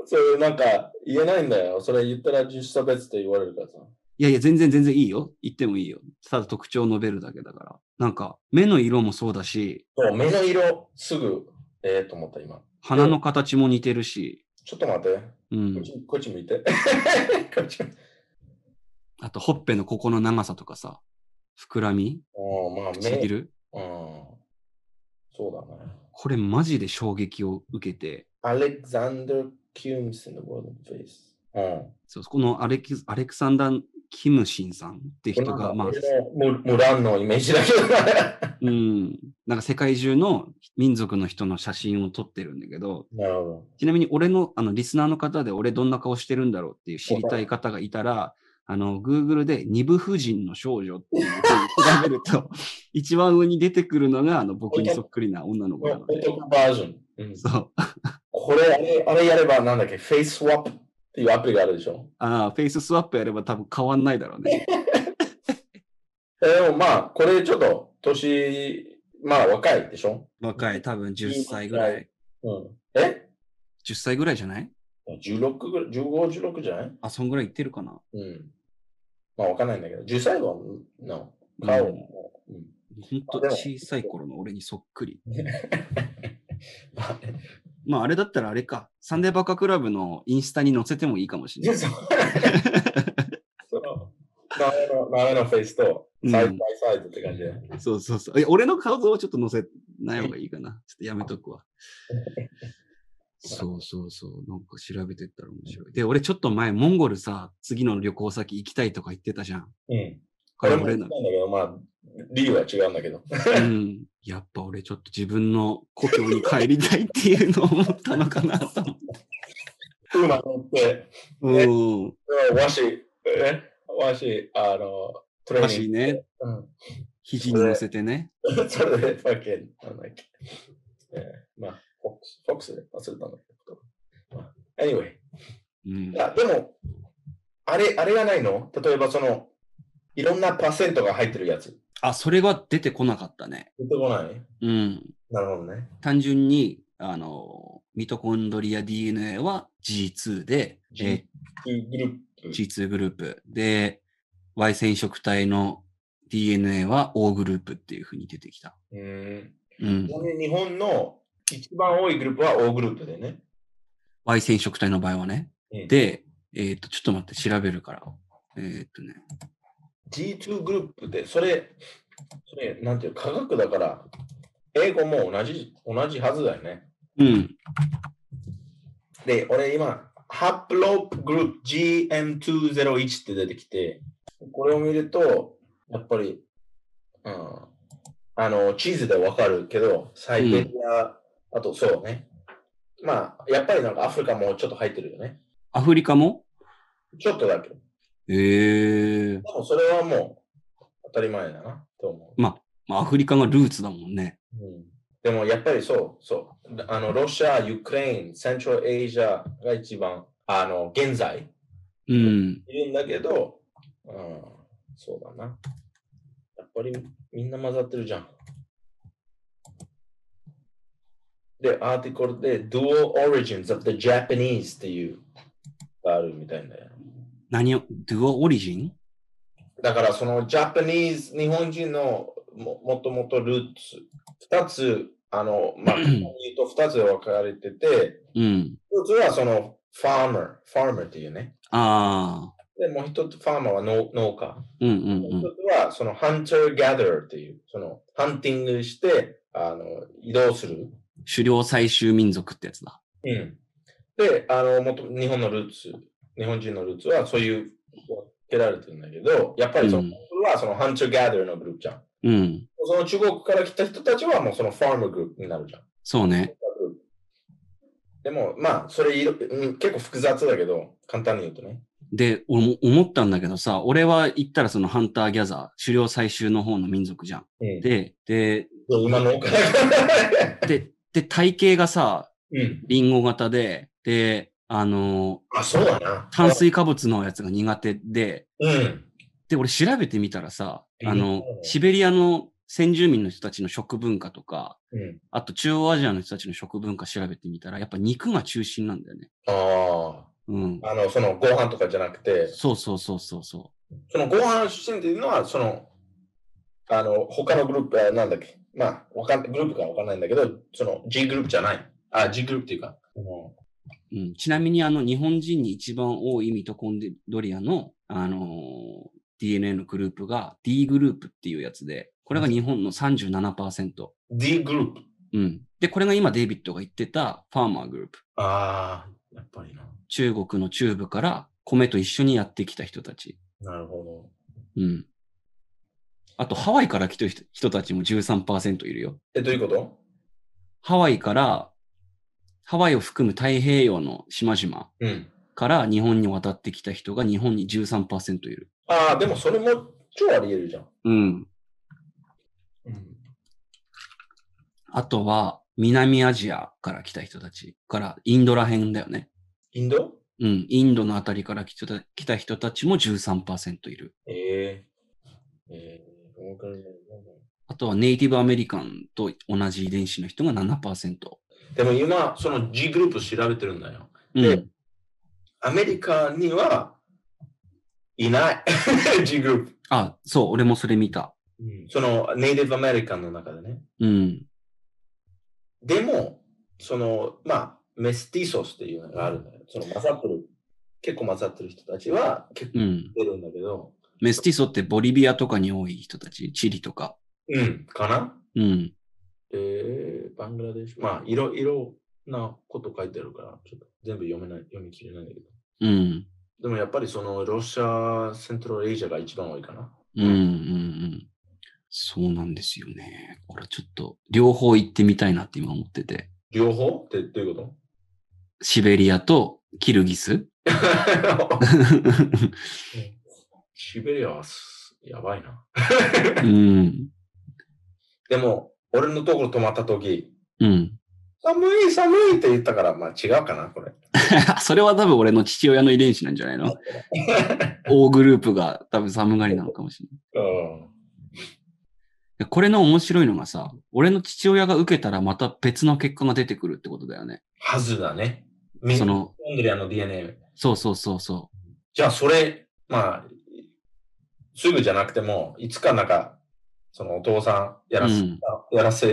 Speaker 2: それなんか言えないんだよ。それ言ったら人種差別って言われるからさ。
Speaker 1: いやいや、全然全然いいよ。言ってもいいよ。ただ特徴を述べるだけだから。なんか、目の色もそうだし、
Speaker 2: そう目の色、すぐ、ええと思った今。
Speaker 1: 鼻の形も似てるし、
Speaker 2: ちょっと待って、
Speaker 1: う
Speaker 2: こっ
Speaker 1: ん。
Speaker 2: ちこっち向いて。 こっち
Speaker 1: あと、ほっぺのここの長さとかさ、膨らみ
Speaker 2: おーまあ、目、うん。
Speaker 1: 唇
Speaker 2: そうだね。
Speaker 1: これマジで衝撃を受けて、
Speaker 2: Alexander Cumes in the world of face. うん。
Speaker 1: そうこのアレキアレクサンダー・キムシンさんって人が、まあ、
Speaker 2: ムムランのイメージだけどな。
Speaker 1: うん、なんか世界中の民族の人の写真を撮ってるんだけど、
Speaker 2: なるほ ど。
Speaker 1: ちなみに俺のあのリスナーの方で俺どんな顔してるんだろうっていう知りたい方がいたら、あの、Google で二部婦人の少女っていうのを調べると、 一番上に出てくるのが、あの、僕にそっくりな女の子
Speaker 2: これ
Speaker 1: なので。
Speaker 2: 男バージョン。うん
Speaker 1: そう。
Speaker 2: これあれ、あれやればなんだっけ、フェイススワップっていうアプリがあるでしょ。
Speaker 1: ああ、フェイススワップやれば多分変わんないだろうね。
Speaker 2: えーでもまあ、これちょっと、年、まあ若いでしょ。
Speaker 1: 若い、多分10歳ぐらい。
Speaker 2: うん。え
Speaker 1: 10歳ぐらいじゃない
Speaker 2: ?16 ぐらい、15、16じゃない
Speaker 1: あ、そんぐらいいってるかな。
Speaker 2: うん。まあわかんないんだけど、10歳は、の、
Speaker 1: うん
Speaker 2: 顔。うん
Speaker 1: ほんと
Speaker 2: でも
Speaker 1: 小さい頃の俺にそっくり。
Speaker 2: まあ
Speaker 1: まああれだったらあれか、サンデーバカクラブのインスタに載せてもいいかもし
Speaker 2: い
Speaker 1: れな
Speaker 2: や
Speaker 1: い。
Speaker 2: そう そう斜めの斜めのフェイスとサイズ
Speaker 1: うん
Speaker 2: バイサイズって感じで。
Speaker 1: そうそうそう。え俺の顔像をちょっと載せない方がいいかな。ちょっとやめとくわ。そうそうそう。なんか調べてったら面白い。で、俺ちょっと前、モンゴルさ、次の旅行先行きたいとか言ってたじゃん。
Speaker 2: うん。
Speaker 1: こ
Speaker 2: こ
Speaker 1: れ
Speaker 2: れも
Speaker 1: 俺
Speaker 2: 言った
Speaker 1: の
Speaker 2: んだ。けど、まあ、理由は違うんだけど。
Speaker 1: うん。やっぱ俺ちょっと自分の故郷に帰りたいっていうのを思ったのかなと思って。
Speaker 2: うま乗って、
Speaker 1: うん。
Speaker 2: うんわし、えわし、あの、
Speaker 1: お
Speaker 2: トレ
Speaker 1: か
Speaker 2: ーニ
Speaker 1: し
Speaker 2: ン
Speaker 1: い
Speaker 2: グ。
Speaker 1: ね。肘に乗せてね。
Speaker 2: うん、 それで、ファケン、なんだっけ。えーまあ、フォックス、フォックスで忘れたんだけど。まあ、anyway。
Speaker 1: うん
Speaker 2: い。や、でも、あれ、あれがないの例えば、その、いろんなパーセントが入ってるやつ。
Speaker 1: あ、それが出てこなかったね。
Speaker 2: 出てこない
Speaker 1: うん。
Speaker 2: なるほどね。
Speaker 1: 単純に、あの、ミトコンドリア DNA は G2 で、
Speaker 2: G
Speaker 1: え
Speaker 2: グループ。
Speaker 1: ー G2 グループ。で、Y 染色体の DNA は O グループっていうふうに出てきた。
Speaker 2: うん。
Speaker 1: うん。
Speaker 2: 日本の一番多いグループは O グループでね。
Speaker 1: Y 染色体の場合はね。
Speaker 2: うん、
Speaker 1: で、えっ、と、ちょっと待って、調べるから。えっ、とね。
Speaker 2: G2 グループで、それ、それ、なんていう、科学だから、英語も同じ、同じはずだよね。
Speaker 1: うん。
Speaker 2: で、俺今、ハプロープグループ GM201 って出てきて、これを見ると、やっぱり、うん、あの、地図でわかるけど、サイベリア、あとそうね。まあ、やっぱりなんかアフリカもちょっと入ってるよね。
Speaker 1: アフリカも
Speaker 2: ちょっとだけど。
Speaker 1: ええ
Speaker 2: でもそれはもう当たり前だなと思
Speaker 1: まあ、アフリカがルーツだもんね。
Speaker 2: う。うん、でもやっぱりそう、そう。あの、ロシア、ウクレイン、セントラルエイジアが一番、あの、現在
Speaker 1: うん。
Speaker 2: いるんだけど、うん、そうだな。やっぱりみんな混ざってるじゃん。で、アーティコルで Dual Origins of the Japanese っていうがあるみたいだよ。
Speaker 1: 何を、Dual Origin?
Speaker 2: だからそのジャパニーズ、日本人のももともとルーツ、二つ、あの、まあ、言うと二つ分かれてて、
Speaker 1: うん。
Speaker 2: 一つはそのファーマー、ファーマーっていうね。
Speaker 1: ああ。
Speaker 2: で、もう一つ、ファーマーは農農家。
Speaker 1: うんう
Speaker 2: もうん一つはそのハンター・ガダーっていう、そのハンティングして、あの、移動する。
Speaker 1: うん。狩猟採集民族ってやつだ。
Speaker 2: うん。で、あの、もと日本のルーツ、日本人のルーツはそういう、分けられてるんだけど、やっぱりその、
Speaker 1: うん
Speaker 2: はそのハンター・ガダーのグループじゃん。
Speaker 1: うん。
Speaker 2: その中国から来た人たちはもうそのファームグループになるじゃん。
Speaker 1: そうね。
Speaker 2: でもまあ、それいろ、うん結構複雑だけど、簡単に言うとね。
Speaker 1: で、俺も思ったんだけどさ、俺は行ったらそのハンターギャザー、狩猟採集の方の民族じゃん。
Speaker 2: うん、で
Speaker 1: で、で、
Speaker 2: 今のお金。
Speaker 1: で、で、体型がさ、
Speaker 2: うん。
Speaker 1: リンゴ型で、で、あの、
Speaker 2: あ、そうだな。
Speaker 1: 炭水化物のやつが苦手で、
Speaker 2: うん。
Speaker 1: で、俺調べてみたらさ、あの
Speaker 2: う、ん
Speaker 1: シベリアの先住民の人たちの食文化とか、
Speaker 2: うん。
Speaker 1: あと中央アジアの人たちの食文化調べてみたら、やっぱ肉が中心なんだよね。
Speaker 2: あ
Speaker 1: うん。
Speaker 2: あ。あの、そのご飯とかじゃなくて、
Speaker 1: そうそうそうそうそ
Speaker 2: そのご飯出身っていうのは、その、あの、他のグループ、あなんだっけ。まあ、わかんグループかわかんないんだけど、その G グループじゃない。あ、G グループっていうか。あ
Speaker 1: う。
Speaker 2: の
Speaker 1: うん、ちなみにあの日本人に一番多いミトコンドリアの、あのー DNA のグループが D グループっていうやつで、これが日本の37%。
Speaker 2: D グループ。
Speaker 1: うん。で、これが今デイビッドが言ってたファーマーグループ。
Speaker 2: ああ、やっぱりな。
Speaker 1: 中国の中部から米と一緒にやってきた人たち。
Speaker 2: なるほど。
Speaker 1: うん。あと、ハワイから来た人人たちも13%いるよ。
Speaker 2: え、どういうこと
Speaker 1: ハワイから、ハワイを含む太平洋の島々
Speaker 2: うん。
Speaker 1: から日本に渡ってきた人が日本に13%いる。
Speaker 2: ああ、でもそれも超あり得るじゃん。
Speaker 1: うん。
Speaker 2: うん。
Speaker 1: あとは、南アジアから来た人たちから、インドら辺だよね。
Speaker 2: インド
Speaker 1: うん。インドのあたりから来た来た人たちも13%いる。
Speaker 2: ええええわかる
Speaker 1: あとはネイティブアメリカンと同じ遺伝子の人が7%。
Speaker 2: でも今、その G グループ調べてるんだよ。
Speaker 1: うん。
Speaker 2: でアメリカにはいない。G グループ。
Speaker 1: あ、そう、俺もそれ見た。
Speaker 2: そのネイティブアメリカンの中でね。
Speaker 1: うん。
Speaker 2: でも、その、まあ、メスティソスっていうのがあるんだよ。その混ざってる、結構混ざってる人たちは結構
Speaker 1: うん。
Speaker 2: 出るんだけど、
Speaker 1: メスティソってボリビアとかに多い人たち、チリとか。
Speaker 2: うん、かな
Speaker 1: うん。
Speaker 2: えー、バングラデシュ。まあ、いろいろなこと書いてあるから、ちょっと全部読めない、読み切れないんだけど。
Speaker 1: うん。
Speaker 2: でもやっぱりそのロシア、セントラルエイジアが一番多いかな。
Speaker 1: うん。うん。うん。そうなんですよね。これちょっと、両方行ってみたいなって今思ってて。
Speaker 2: 両方ってどういうこ
Speaker 1: シベリアとキルギス
Speaker 2: と
Speaker 1: う
Speaker 2: シベリアはすやばいな。
Speaker 1: ん。
Speaker 2: でも、俺のところ泊まった時、
Speaker 1: うん。
Speaker 2: 寒い寒いって言ったから、まあ違うかな、これ。
Speaker 1: それは多分俺の父親の遺伝子なんじゃないの大グループが多分寒がりなのかもしれない。
Speaker 2: うん。
Speaker 1: でこれの面白いのがさ、俺の父親が受けたらまた別の結果が出てくるってことだよね。
Speaker 2: はずだね。ミ
Speaker 1: そ
Speaker 2: トコ
Speaker 1: の、
Speaker 2: ンドリアの DNA。
Speaker 1: そうそうそうそ
Speaker 2: じゃあそれ、まあ、すぐじゃなくても、いつかなんか、そのお父さんや
Speaker 1: う。う
Speaker 2: らせ、
Speaker 1: ん。
Speaker 2: やらせ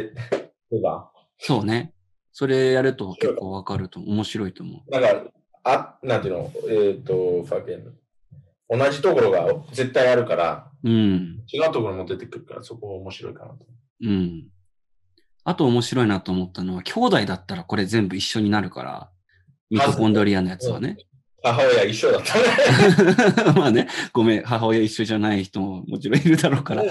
Speaker 2: れば、
Speaker 1: そうね。それやると結構わかると思う面白いと思
Speaker 2: なんか、あ、なんていうの、えっ、と、ファケン。同じところが絶対あるから、
Speaker 1: う。うん。
Speaker 2: 違うところも出てくるから、そこ面白いかなと。
Speaker 1: うん。あと面白いなと思ったのは、兄弟だったらこれ全部一緒になるから、ミトコンドリアのやつはね。
Speaker 2: 母親一緒だったね。
Speaker 1: まあね、ごめん、母親一緒じゃない人ももちろんいるだろう から、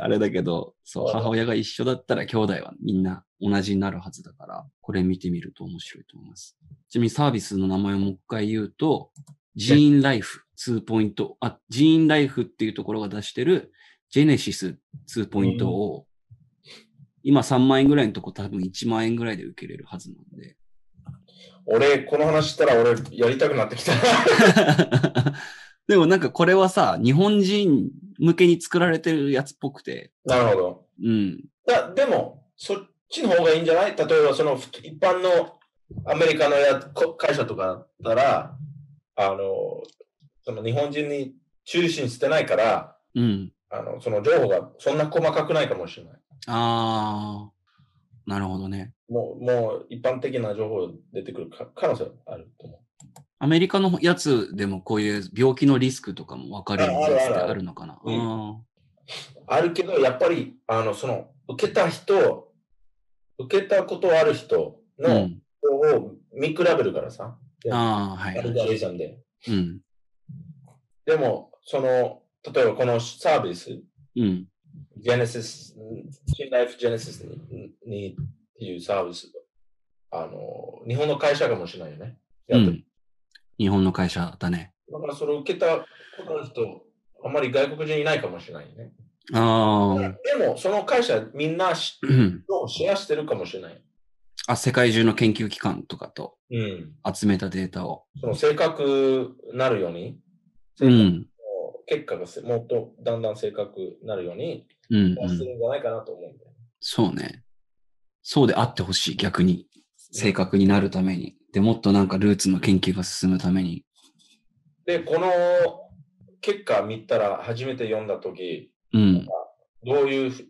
Speaker 1: あれだけど、そう、母親が一緒だったら兄弟はみんな同じになるはずだから、これ見てみると面白いと思います。ちなみにサービスの名前をもう一回言うと、ジーンライフ2.0、あ、ジーンライフっていうところが出してる、ジェネシス2.0を、今3万円ぐらいのとこ多分1万円ぐらいで受けれるはずなんで。
Speaker 2: 俺、この話したら俺、やりたくなってきた。
Speaker 1: でもなんかこれはさ、日本人向けに作られてるやつっぽくて、
Speaker 2: なるほど。
Speaker 1: うん、
Speaker 2: だでも、そ、ちの方がいいんじゃない例えば、そのふ一般のアメリカのやこ会社とかだったら、あの、その日本人に中心してないから、
Speaker 1: うん。
Speaker 2: あの、その情報がそんな細かくないかもしれない。
Speaker 1: ああ、なるほどね。
Speaker 2: もう、もう一般的な情報出てくるか可能性あると思う。
Speaker 1: アメリカのやつでもこういう病気のリスクとかも分かるようなやつって
Speaker 2: ああるある
Speaker 1: あるのかな。
Speaker 2: う
Speaker 1: うん。
Speaker 2: あるけど、やっぱり、あの、その、受けた人、受けたことある人
Speaker 1: う
Speaker 2: の
Speaker 1: ん。
Speaker 2: 情報を見比べるからさ、
Speaker 1: ああ、は
Speaker 2: ア
Speaker 1: いは
Speaker 2: ル
Speaker 1: い。
Speaker 2: ゴリズムで。
Speaker 1: うん。
Speaker 2: でも、その、例えばこのサービス、
Speaker 1: うん。
Speaker 2: ジェネシス、新ライフジェネシスににっていうサービス、あの、日本の会社かもしれないよね。
Speaker 1: う
Speaker 2: やってる
Speaker 1: ん。日本の会社だね。
Speaker 2: だから、それを受けたことある人、あんまり外国人いないかもしれないよね。
Speaker 1: ああ。
Speaker 2: でも、その会社、みんなし
Speaker 1: うん
Speaker 2: シェアしてるかもしれない。
Speaker 1: あ、世界中の研究機関とかと
Speaker 2: うん。
Speaker 1: 集めたデータを。
Speaker 2: その正確なるように、
Speaker 1: うん。
Speaker 2: 結果がせもっとだんだん正確になるように、
Speaker 1: うん、う
Speaker 2: して
Speaker 1: ん。
Speaker 2: るんじゃないかなと思うんだよ。
Speaker 1: そうね。そうであってほしい、逆に。正確になるために。で、もっとなんかルーツの研究が進むために。
Speaker 2: で、この結果見たら、初めて読んだとき、
Speaker 1: うん。
Speaker 2: どういうふ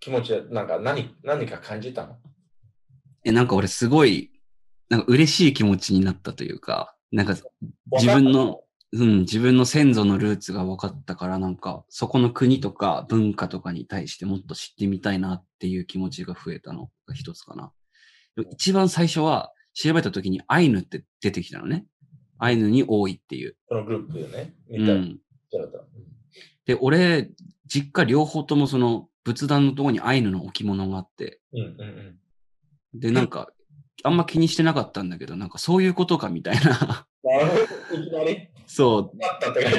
Speaker 2: 気持ちで、なんか何、何か感じたの
Speaker 1: え、なんか俺すごい、なんか嬉しい気持ちになったというか、なんか、
Speaker 2: わかった
Speaker 1: 自分の。うん、自分の先祖のルーツが分かったから、なんか、そこの国とか文化とかに対してもっと知ってみたいなっていう気持ちが増えたのが一つかな。でも一番最初は、調べた時にアイヌって出てきたのね。アイヌに多いっていう。
Speaker 2: このグループでね、
Speaker 1: う
Speaker 2: 見たら、
Speaker 1: ん。
Speaker 2: 調べたら
Speaker 1: で、俺、実家両方ともその仏壇のとこにアイヌの置物があって、
Speaker 2: うんうんうん。
Speaker 1: で、なんか、あんま気にしてなかったんだけど、なんかそういうことかみたいな、
Speaker 2: なるほどいきなり、
Speaker 1: そ
Speaker 2: あったって感じ。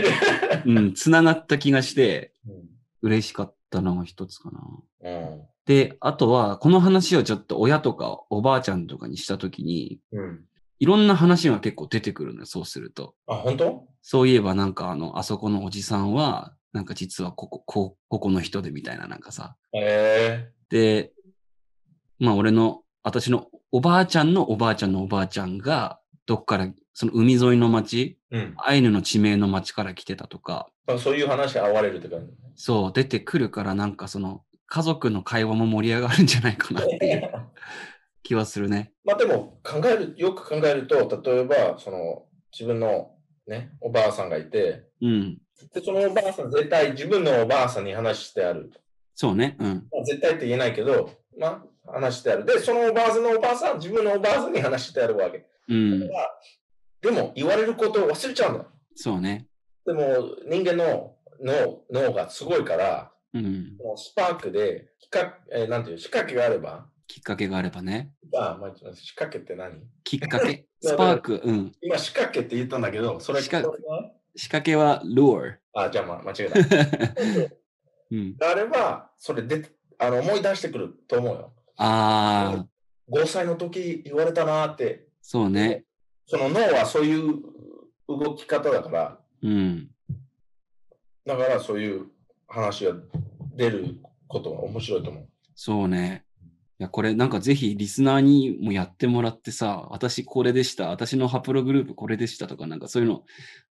Speaker 1: う、うん、つながった気がして、
Speaker 2: うん
Speaker 1: 嬉しかったのが一つかな。
Speaker 2: うん。
Speaker 1: で、あとは、この話をちょっと親とかおばあちゃんとかにしたときに、
Speaker 2: うん。
Speaker 1: いろんな話が結構出てくるのよ、そうすると。
Speaker 2: あ、本当
Speaker 1: そういえばなんかあの、あそこのおじさんは、なんか実はここ、こうここの人でみたいななんかさ。
Speaker 2: へえ
Speaker 1: で、まあ俺の、私のおばあちゃんのおばあちゃんのおばあちゃんが、どっから、その海沿いの町、
Speaker 2: うん
Speaker 1: アイヌの地名の町から来てたとか、
Speaker 2: まあ。そういう話が合われるって 感じ。
Speaker 1: そう、出てくるからなんかその、家族の会話も盛り上がるんじゃないかなっていう気はするね。
Speaker 2: まあでも考える、よく考えると、例えば、その自分のね、おばあさんがいて、
Speaker 1: うん。
Speaker 2: でそのおばあさん、絶対自分のおばあさんに話してある。
Speaker 1: そうね。うん。
Speaker 2: まあ、絶対って言えないけど、まあ話してある。で、そのおばあさんのおばあさん、自分のおばあさんに話してあるわけ。
Speaker 1: うん。
Speaker 2: でも、言われることを忘れちゃうんだ。
Speaker 1: そうね。
Speaker 2: でも、人間の脳脳がすごいから、
Speaker 1: うん。
Speaker 2: もうスパークで、きっかえーなんていう、仕掛けがあれば、
Speaker 1: きっかけがあればね。
Speaker 2: あ、まあ、仕掛けって何
Speaker 1: きっかけ。スパーク。うん。
Speaker 2: 今、仕掛けって言ったんだけど、それ
Speaker 1: 仕掛仕掛けはロア。
Speaker 2: あ、じゃあ、まあ、間違えた。
Speaker 1: うん。
Speaker 2: あれば、それで、あの、思い出してくると思うよ。
Speaker 1: ああ、
Speaker 2: 5歳の時言われたなーって。
Speaker 1: そうね。
Speaker 2: その脳はそういう動き方だから、
Speaker 1: うん。
Speaker 2: だからそういう話が出ることは面白いと思う。
Speaker 1: そうね。いや、これなんかぜひリスナーにもやってもらってさ、私これでした、私のハプログループこれでしたとか、なんかそういうの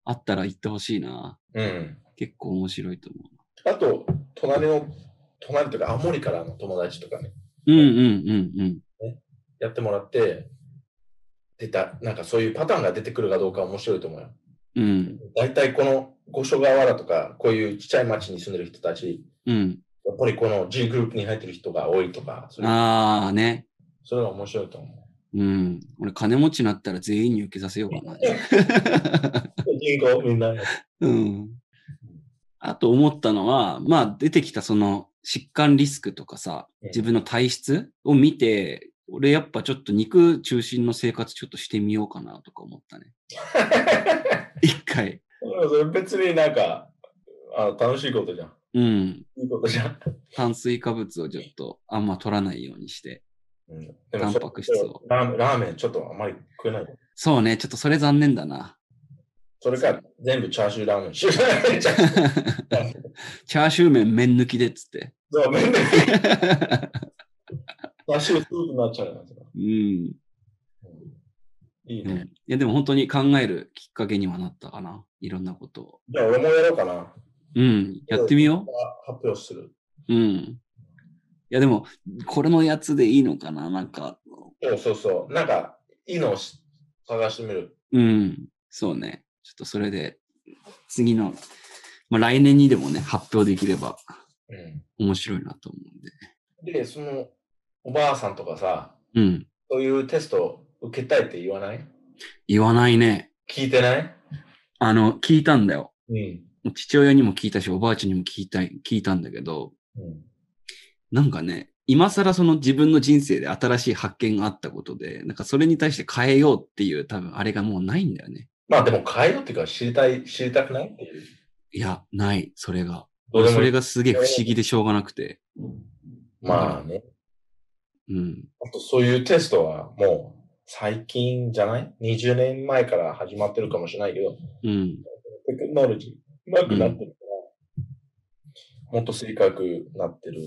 Speaker 1: あったら言ってほしいな。
Speaker 2: うん。
Speaker 1: 結構面白いと思
Speaker 2: あと、隣の、隣というか、青森からの友達とかね、
Speaker 1: う。うんうんうんうん。
Speaker 2: やってもらって、出た、なんかそういうパターンが出てくるかどうか面白いと思うよ。
Speaker 1: うん。
Speaker 2: 大体この五所川原とか、こういうちっちゃい町に住んでる人たち、
Speaker 1: うん。
Speaker 2: やっぱりこの G グループに入ってる人が多いとか、それ
Speaker 1: ああね。
Speaker 2: それが面白いと思
Speaker 1: うん。俺金持ちになったら全員に受けさせようか な。
Speaker 2: う。人口みんな。
Speaker 1: うん。あと思ったのは、まあ出てきたその疾患リスクとかさ、
Speaker 2: うん
Speaker 1: 自分の体質を見て、俺やっぱちょっと肉中心の生活ちょっとしてみようかなとか思ったね。 一回。
Speaker 2: それ別になんかあ楽しいことじゃん。
Speaker 1: うん。
Speaker 2: いいことじゃん。
Speaker 1: 炭水化物をちょっとあんま取らないようにして。
Speaker 2: うん、
Speaker 1: タンパク質を
Speaker 2: ラーメン。ラーメンちょっとあまり食えない。
Speaker 1: そうね、ちょっとそれ残念だな。
Speaker 2: それから全部チャーシューラーメン。チャー シュー
Speaker 1: チャーシュー麺麺抜きでっつって。
Speaker 2: そう麺類足薄くなっちゃうなんですよ。
Speaker 1: うん。
Speaker 2: うんいい
Speaker 1: うん
Speaker 2: ね。
Speaker 1: いや、でも本当に考えるきっかけにはなったかな。いろんなことを。
Speaker 2: じゃあ俺もやろうかな。
Speaker 1: うん。やってみよ
Speaker 2: 発表する。
Speaker 1: う。うん。いや、でも、これのやつでいいのかななんか、
Speaker 2: そうそうそう。なんか、いいのをし探してみる。
Speaker 1: うん。そうね。ちょっとそれで、次の、まあ、来年にでもね、発表できれば
Speaker 2: う
Speaker 1: 面白いなと思うんで。
Speaker 2: ん、で、その、おばあさんとかさ、
Speaker 1: うん。
Speaker 2: そういうテスト受けたいって言わない
Speaker 1: 言わないね。
Speaker 2: 聞いてない
Speaker 1: あの、聞いたんだよ。
Speaker 2: うん。
Speaker 1: 父親にも聞いたし、おばあちゃんにも聞いたい、聞いたんだけど、
Speaker 2: うん。
Speaker 1: なんかね、今更その自分の人生で新しい発見があったことで、なんかそれに対して変えようっていう多分あれがもうないんだよね。
Speaker 2: まあでも変えようっていうか知りたい、知りたくないっていう。
Speaker 1: いや、ない、それが。
Speaker 2: どうで
Speaker 1: そ
Speaker 2: もい
Speaker 1: れ
Speaker 2: い。
Speaker 1: がすげえ不思議でしょうがなくて。
Speaker 2: まあね。
Speaker 1: うん。
Speaker 2: あとそういうテストはもう最近じゃない ?20 年前から始まってるかもしれないけど、
Speaker 1: うん。
Speaker 2: テクノロジー、うまくなってるから、もっと正確になってる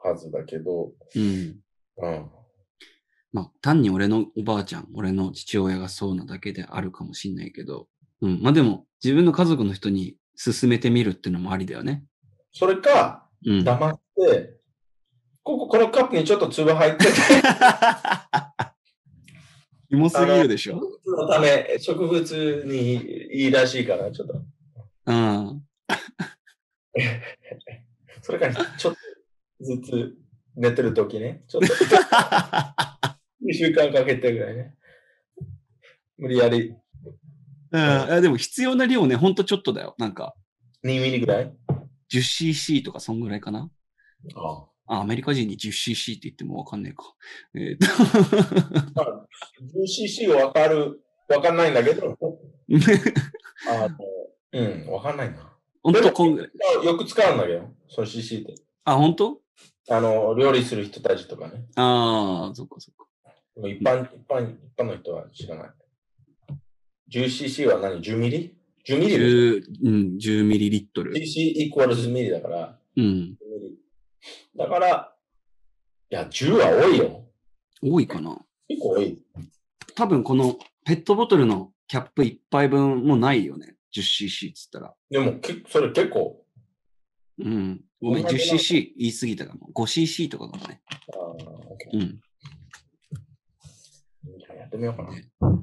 Speaker 2: はずだけど、
Speaker 1: うん。
Speaker 2: うん。
Speaker 1: まあ、単に俺のおばあちゃん、俺の父親がそうなだけであるかもしんないけど、うん。まあでも、自分の家族の人に勧めてみるってのもありだよね。
Speaker 2: それか、
Speaker 1: うん。
Speaker 2: 黙って、ここ、このカップにちょっと粒入ってて、
Speaker 1: キモすぎるでしょ
Speaker 2: 植物のため、植物にいいらしいから、ちょっと。
Speaker 1: うん。
Speaker 2: それから、ちょっとずつ寝てるときね、ちょっと2週間かけてぐらいね。無理やり
Speaker 1: うんあでも必要な量ね、ほんとちょっとだよ。なんか、
Speaker 2: 2ミリぐらい
Speaker 1: 10cc とかそんぐらいかな。
Speaker 2: あ
Speaker 1: あ、アメリカ人に 10cc って言ってもわかんねえか。えーっと
Speaker 2: あ。10cc わかる、わかんないんだけど、あの、うん、わかんないな。
Speaker 1: ほんとこんぐらい。
Speaker 2: あよく使うんだけど、その cc って。
Speaker 1: あ、ほんと
Speaker 2: あの、料理する人たちとかね。
Speaker 1: ああ、そっかそっか。
Speaker 2: もう一般、一般、一般の人は知らない。10cc は何 ?10 ミリ ?10 ミリでしょ
Speaker 1: 10、うん、10ミリリットル。
Speaker 2: ?cc イコール10ミリだから、
Speaker 1: うん。
Speaker 2: 10ミリ。だから、いや、10は多いよ。
Speaker 1: 多いかな。
Speaker 2: 結構多い。
Speaker 1: 多分このペットボトルのキャップ1杯分もないよね。10cc っつったら。
Speaker 2: でも、けそれ結構、
Speaker 1: うん。ごめん、
Speaker 2: そんなにない
Speaker 1: 10cc 言い過ぎたかも。5cc とかかもね。
Speaker 2: あー
Speaker 1: うん。
Speaker 2: じゃあやってみようかな。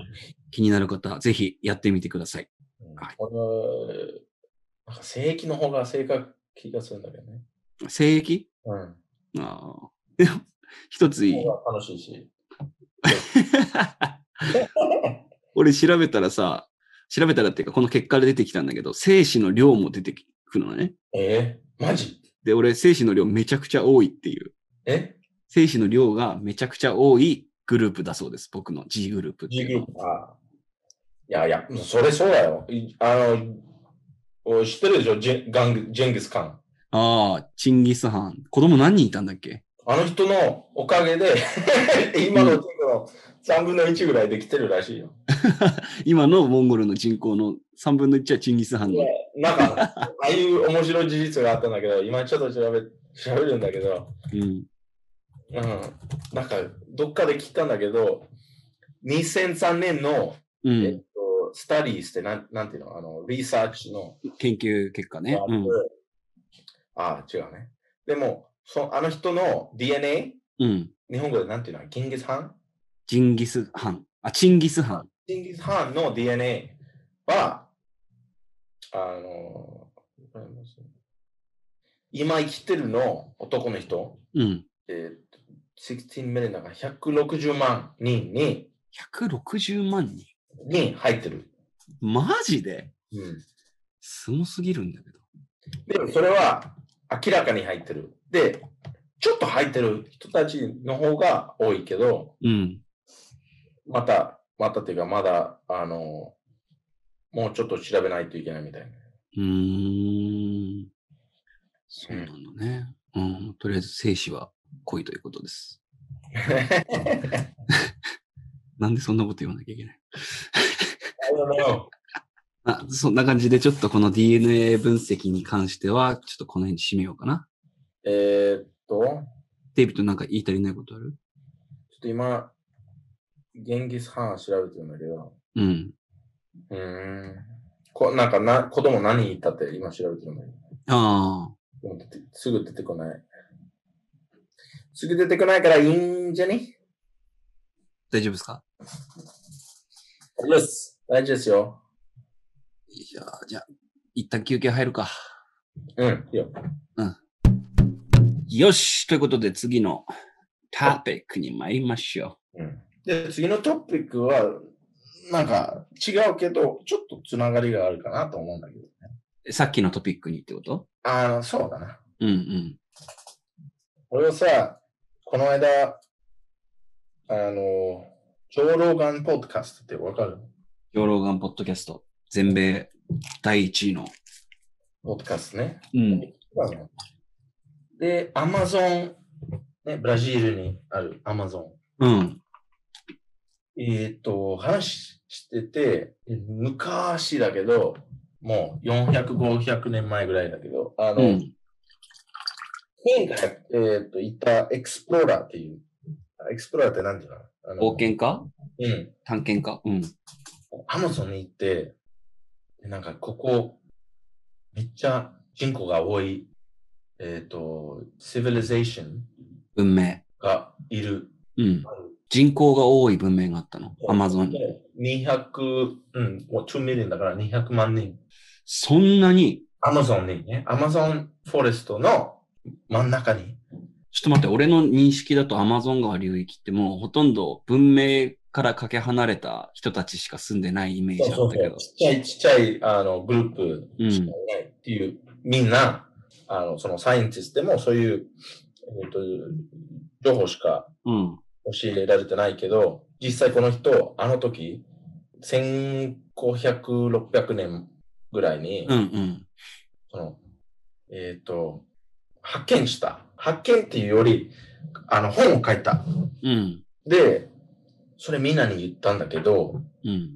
Speaker 1: 気になる方、ぜひやってみてください。
Speaker 2: うん
Speaker 1: はい
Speaker 2: この、なんか正規の方が正確気がするんだけどね。
Speaker 1: 精液
Speaker 2: うん。
Speaker 1: ああ。でも 一つい い。
Speaker 2: 方が楽しいし。
Speaker 1: 俺調べたらさ、調べたらっていうか、この結果で出てきたんだけど、精子の量も出てくるのね。
Speaker 2: えー、マジ
Speaker 1: で、俺、精子の量めちゃくちゃ多いっていう。
Speaker 2: え
Speaker 1: 精子の量がめちゃくちゃ多いグループだそうです。僕の G グループって
Speaker 2: 授
Speaker 1: いうの
Speaker 2: 業
Speaker 1: は。
Speaker 2: か。いやいや、それそうだよ。いあの、おい知ってるでしょジェガングジェンギスカン。
Speaker 1: ああ、チンギス・ハン。子供何人いたんだっけ
Speaker 2: あの人のおかげで、 今の人口の3分の1ぐらいできてるらしいよ。
Speaker 1: 今のモンゴルの人口の3分の1はチンギス・ハン
Speaker 2: い
Speaker 1: の
Speaker 2: や。なんか、ああいう面白い事実があったんだけど、今ちょっと調べ、調べるんだけど、
Speaker 1: うん。
Speaker 2: うん、なんか、どっかで聞いたんだけど、2003年の、
Speaker 1: う
Speaker 2: えっ
Speaker 1: ん。
Speaker 2: と、スタディーズってなん、なんていうのあの、リサーチの、
Speaker 1: 研究結果ね。うん。
Speaker 2: ああ、違うね。でも、そあの人の DNA、
Speaker 1: うん。
Speaker 2: 日本語でなんていうのギンギスハン
Speaker 1: ジンギス・ハン。あ、チンギス・ハン。
Speaker 2: ジンギスハンの DNA は、あの、今生きてるの男の人、
Speaker 1: うん。
Speaker 2: えー、16 million だから160万人に
Speaker 1: 160万人。
Speaker 2: に入ってる。
Speaker 1: マジで
Speaker 2: うん、
Speaker 1: すごすぎるんだけど。
Speaker 2: で、それは明らかに入ってる。で、ちょっと入ってる人たちの方が多いけど、
Speaker 1: うん。
Speaker 2: また、またっていうか、まだ、あの、もうちょっと調べないといけないみたいな。
Speaker 1: うーん。そうなんだね。うん。とりあえず、精子は濃いということです。なんでそんなこと言わなきゃいけない
Speaker 2: I don't know.
Speaker 1: あそんな感じで、ちょっとこの DNA 分析に関しては、ちょっとこの辺に締めようかな。
Speaker 2: えーっと、
Speaker 1: デイビッドなんか言い足りないことある
Speaker 2: と今、ゲンギス・ハーン調べてるんだけど、
Speaker 1: うん。
Speaker 2: うーん。こなんかな、子供何言ったって今調べてるんだけ
Speaker 1: ああ。
Speaker 2: ど、でも出てすぐ出てこない。すぐ出てこないからいいんじゃね
Speaker 1: 大丈夫ですか
Speaker 2: 大丈夫です。大丈夫ですよ。
Speaker 1: いやーじゃあ、一旦休憩入るか。
Speaker 2: うん、いいよ。
Speaker 1: よしということで次のタピックに参りましょ
Speaker 2: うん、で、次のトピックは、なんか違うけど、ちょっとつながりがあるかなと思うんだけど。
Speaker 1: う。さっきのトピックにってこと
Speaker 2: あの、そうだな。
Speaker 1: うんうん。
Speaker 2: 俺はさ、この間、あの、長老眼ポッドキャストってわかる
Speaker 1: 養老眼ポッドキャスト、全米第1位の。
Speaker 2: ポッドキャストね。
Speaker 1: うん。
Speaker 2: で、アマゾン、ね、ブラジルにあるアマゾ
Speaker 1: うん。
Speaker 2: ン。えっ、と、話してて、で昔だけど、もう400、500年前ぐらいだけど、あ
Speaker 1: う
Speaker 2: の、
Speaker 1: ん。
Speaker 2: 金が、えっ、と、いたエクスプローラーっていう、あエクスプローラーって何ていうのあの
Speaker 1: 冒険家
Speaker 2: うん。
Speaker 1: 探検家うん。
Speaker 2: アマゾンに行って、でなんかここ、めっちゃ人口が多い、えっ、と、シビリゼーション
Speaker 1: 文明。
Speaker 2: がいる。
Speaker 1: うん。人口が多い文明があったの。アマゾン。
Speaker 2: で200、うん、もう2 million だから200万人。
Speaker 1: そんなに、
Speaker 2: アマゾンにね、アマゾンフォレストの真ん中に。
Speaker 1: ちょっと待って、俺の認識だとアマゾン川流域ってもうほとんど文明からかけ離れた人たちしか住んでないイメージだったけど。
Speaker 2: ちっちゃいちっちゃいあのグループ
Speaker 1: うん
Speaker 2: しかいないっていう、みんな、あの、そのサイエンティストでもそういう、えっ、と、情報しか
Speaker 1: うん。
Speaker 2: 教えられてないけど、実際この人、あの時、1500、600年ぐらいに、
Speaker 1: うんうん。
Speaker 2: その、えっ、と、発見した。発見っていうより、あの、本を書いた。
Speaker 1: うん。
Speaker 2: で、それみんなに言ったんだけど、
Speaker 1: うん。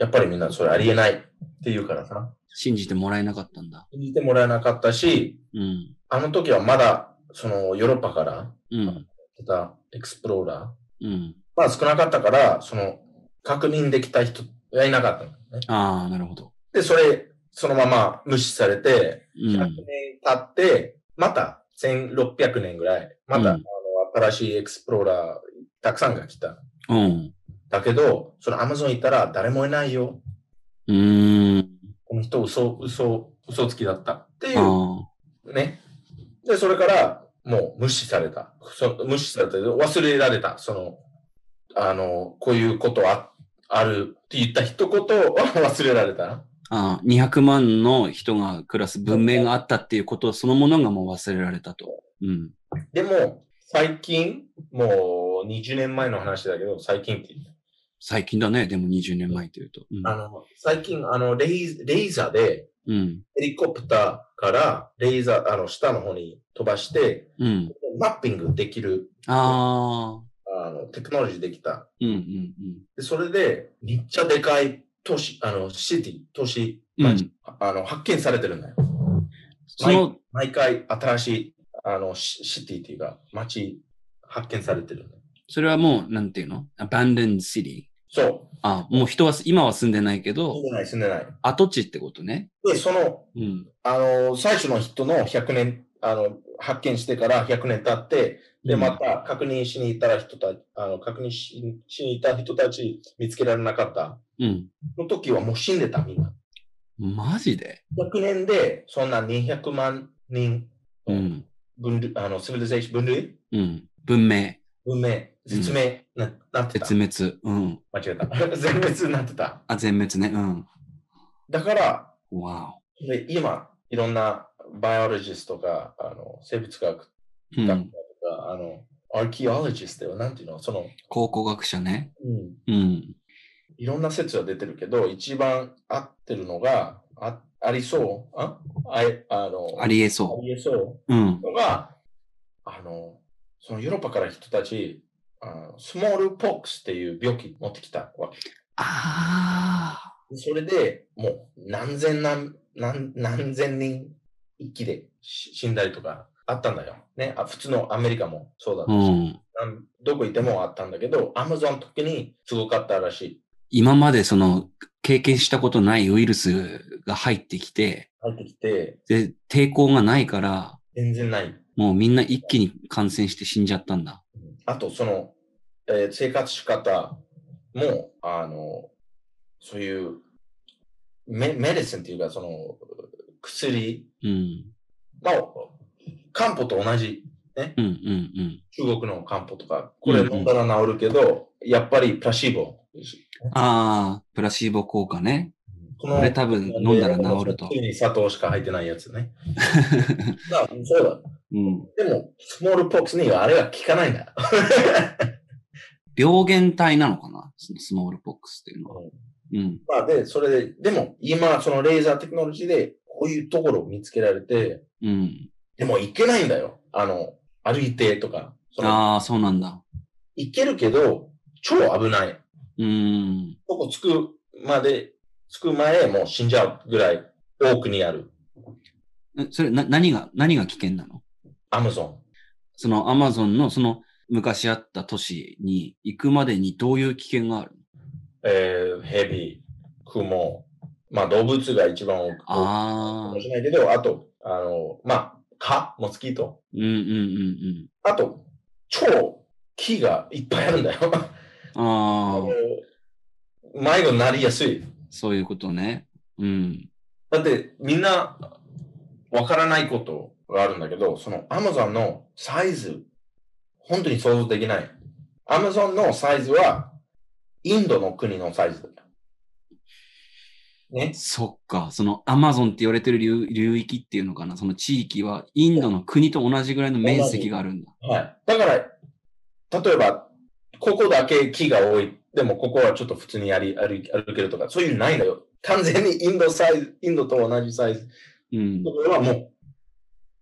Speaker 2: やっぱりみんなそれありえないって言うからさ、
Speaker 1: 信じてもらえなかったんだ。
Speaker 2: 信じてもらえなかったし、
Speaker 1: うん。
Speaker 2: あの時はまだ、その、ヨーロッパから
Speaker 1: うん。
Speaker 2: 来たエクスプローラー、
Speaker 1: うん。
Speaker 2: まあ少なかったから、その、確認できた人がいなかったのね。
Speaker 1: ああ、なるほど。
Speaker 2: で、それ、そのまま無視されて、
Speaker 1: う
Speaker 2: 100
Speaker 1: ん
Speaker 2: 年。経って、また1600年ぐらい、また、
Speaker 1: うん
Speaker 2: あの新しいエクスプローラー、たくさんが来た。
Speaker 1: うん。
Speaker 2: だけど、そのアマゾン行ったら誰もいないよ。
Speaker 1: うーん。
Speaker 2: この人嘘、嘘、嘘つきだった。っていう、
Speaker 1: あ
Speaker 2: ね。で、それから、もう無視された。そ無視された。忘れられた。その、あの、こういうことああるって言った一言は 忘れられた。
Speaker 1: あ。ああ。200万の人が暮らす文明があったっていうことそのものがもう忘れられたと。うん。
Speaker 2: でも、最近、もう20年前の話だけど、最近って言う
Speaker 1: 最近だね。でも20年前というと。
Speaker 2: あの、最近、あの、レイレーザーで、
Speaker 1: うん。
Speaker 2: ヘリコプターから、レーザー、あの、下の方に飛ばして、
Speaker 1: うん。うん。
Speaker 2: マッピングできる、
Speaker 1: ああ。
Speaker 2: あの、テクノロジーできた。
Speaker 1: うんうんうん。
Speaker 2: で、それで、めっちゃでかい都市、あの、シティ、都市、
Speaker 1: うん
Speaker 2: あの、発見されてるんだよ。
Speaker 1: その、
Speaker 2: 毎回、新しい、あの、シシティっていうか、街、発見されてるんだよ。
Speaker 1: それはもう、なんていうの ?abandoned city。
Speaker 2: そ
Speaker 1: あ、もう人は、今は住んでないけ
Speaker 2: う。住ん
Speaker 1: ど、
Speaker 2: でない、住んでない。
Speaker 1: 跡地ってことね。
Speaker 2: で、その、
Speaker 1: うん。
Speaker 2: あの、最初の人の100年、あの、発見してから100年経って、で、
Speaker 1: うん
Speaker 2: また確認しに行ったら人たち、あの、確認ししに行った人たち見つけられなかった。
Speaker 1: うん。
Speaker 2: の時はもう死んでた、みんな。
Speaker 1: マジで
Speaker 2: 100年で、そんな200万人、
Speaker 1: うん。
Speaker 2: 分類、あの、シビリゼーション、分類
Speaker 1: うん。文明、
Speaker 2: 文明、絶命、な、なってた。
Speaker 1: 絶
Speaker 2: 間
Speaker 1: 滅。うん。
Speaker 2: 違えた。 全滅になってた。
Speaker 1: あ、全滅ね。うん。
Speaker 2: だから、
Speaker 1: わ
Speaker 2: で今、いろんなバイオロジストが、あの、生物学
Speaker 1: お。う
Speaker 2: 学者
Speaker 1: ん
Speaker 2: と。か、あの、アーキオロジストはなんていうのその、
Speaker 1: 考古学者ね。うん。
Speaker 2: いろんな説が出てるけど、一番合ってるのが、あありそう、ああいあの
Speaker 1: ありえ
Speaker 2: あ
Speaker 1: そ。
Speaker 2: りえそ
Speaker 1: う
Speaker 2: う
Speaker 1: ん
Speaker 2: う。のが、あの、そのヨーロッパから人たち、あのスモールポックスっていう病気持ってきたわけ。
Speaker 1: ああ。
Speaker 2: それでもう何千何何何千人一気で死死んだりとかあったんだよ。ねあ普通のアメリカもそうだった
Speaker 1: う
Speaker 2: し
Speaker 1: ん。
Speaker 2: なんどこ行ってもあったんだけど、アマゾン特にすごかったらしい。
Speaker 1: 今までその経験したことないウイルスが入ってきて、
Speaker 2: 入ってきて、
Speaker 1: で、抵抗がないから、
Speaker 2: 全然ない。
Speaker 1: もうみんな一気に感染して死んじゃったんだ。
Speaker 2: あと、その、えー生活仕方も、あの、そういう、メメディシンっていうか、その、薬
Speaker 1: うん。
Speaker 2: の、漢方と同じ、
Speaker 1: うんうんうん。
Speaker 2: 中国の漢方とか、これ飲んだら治るけど、やっぱりプラシーボ。
Speaker 1: ああ、プラシーボ効果ね。
Speaker 2: こ
Speaker 1: これ多分飲んだら治ると
Speaker 2: 普。通に砂糖しか入ってないやつね。 だからそうだ。
Speaker 1: うん、
Speaker 2: でも、スモールポックスにはあれは効かないん だ。
Speaker 1: 病原体なのかなそのスモールポックスっていうのは。うん。
Speaker 2: まあ、で、それで、でも、今、そのレーザーテクノロジーで、こういうところを見つけられて、
Speaker 1: うん。
Speaker 2: でも行けないんだよ。あの、歩いてとか。その
Speaker 1: ああ、そうなんだ。
Speaker 2: 行けるけど、超危ない。
Speaker 1: うん。
Speaker 2: そこ着くまで、着く前、もう死んじゃうぐらい、多くにある。
Speaker 1: えそれ、な、何が、何が危険なの
Speaker 2: アマゾン。
Speaker 1: そのアマゾンのその昔あった都市に行くまでにどういう危険がある
Speaker 2: えー、ヘビ、クモ、まあ動物が一番多くか
Speaker 1: あ
Speaker 2: も
Speaker 1: あ
Speaker 2: し、れないけど、あと、あの、まあ、蚊、モスキート。
Speaker 1: うんうんうん
Speaker 2: あと、超木がいっぱいあるんだよ。
Speaker 1: うん。ああ、
Speaker 2: 迷子になりやすい。
Speaker 1: そういうことね。うん。
Speaker 2: だってみんなわからないことがあるんだけど、その Amazon のサイズ、本当に想像できない。Amazon のサイズはインドの国のサイズだよ。ね。
Speaker 1: そっか。そのアマゾンって言われてる流流域っていうのかな。その地域はインドの国と同じぐらいの面積があるんだ。
Speaker 2: はい。だから、例えば、ここだけ木が多い。でも、ここはちょっと普通にやり歩き歩けるとか、そういうのないんだよ。完全にインドサイズ、インドと同じサイズ。
Speaker 1: うん。
Speaker 2: これはもう、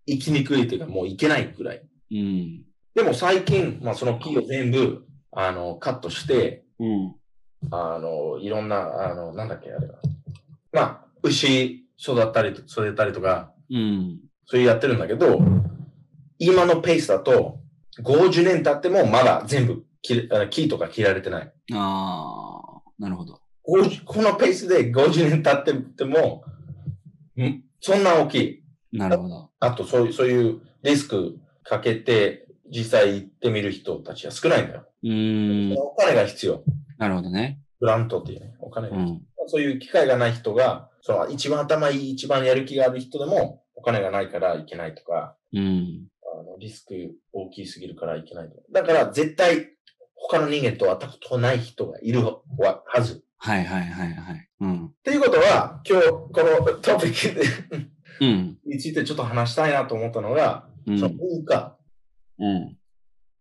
Speaker 2: 行きにくいというか、もう行けないぐらい。
Speaker 1: うん。
Speaker 2: でも最近、まあ、その木を全部、あの、カットして、
Speaker 1: うん。
Speaker 2: あの、いろんな、あの、なんだっけ、あれは。まあ、牛育ったり、育てたりとか、
Speaker 1: うん。
Speaker 2: そういうやってるんだけど、今のペースだと、50年経ってもまだ全部切れ、あの木とか切られてない。
Speaker 1: ああ、なるほど。
Speaker 2: 50このペースで50年経ってても、んそんな大きい。
Speaker 1: なるほど。
Speaker 2: あと、そういう、そういうリスクかけて、実際行ってみる人たちは少ないんだよ。
Speaker 1: うーん。
Speaker 2: お金が必要。
Speaker 1: なるほどね。
Speaker 2: グラントっていうね、お金が
Speaker 1: う
Speaker 2: 必要。
Speaker 1: ん。
Speaker 2: そういう機会がない人が、その一番頭いい、一番やる気がある人でも、お金がないからいけないとか、
Speaker 1: うん。
Speaker 2: あの、リスク大きすぎるからいけないと。だから絶対他の人間と会ったことない人がいるははず。っ
Speaker 1: はいはいはいはい。うん。
Speaker 2: ていうことは、今日このトピックで
Speaker 1: うん。
Speaker 2: についてちょっと話したいなと思ったのが、
Speaker 1: う
Speaker 2: その
Speaker 1: ん。
Speaker 2: 文化。
Speaker 1: うん。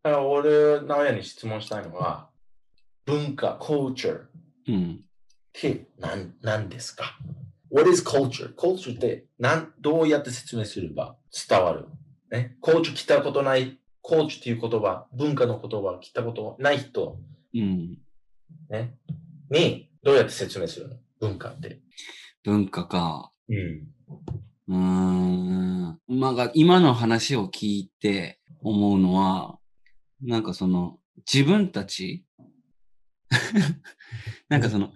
Speaker 2: だから俺、直哉に質問したいのは、文化、culture っ
Speaker 1: うん。
Speaker 2: て何何ですか ?What is culture? culture って何どうやって説明すれば伝わるね。culture 来たことない、culture っていう言葉、文化の言葉来たことない人
Speaker 1: うん。
Speaker 2: ね、にどうやって説明するの文化って。
Speaker 1: 文化か。
Speaker 2: うん。
Speaker 1: うーん。まあ、今の話を聞いて思うのは、なんかその、自分たち なんかその、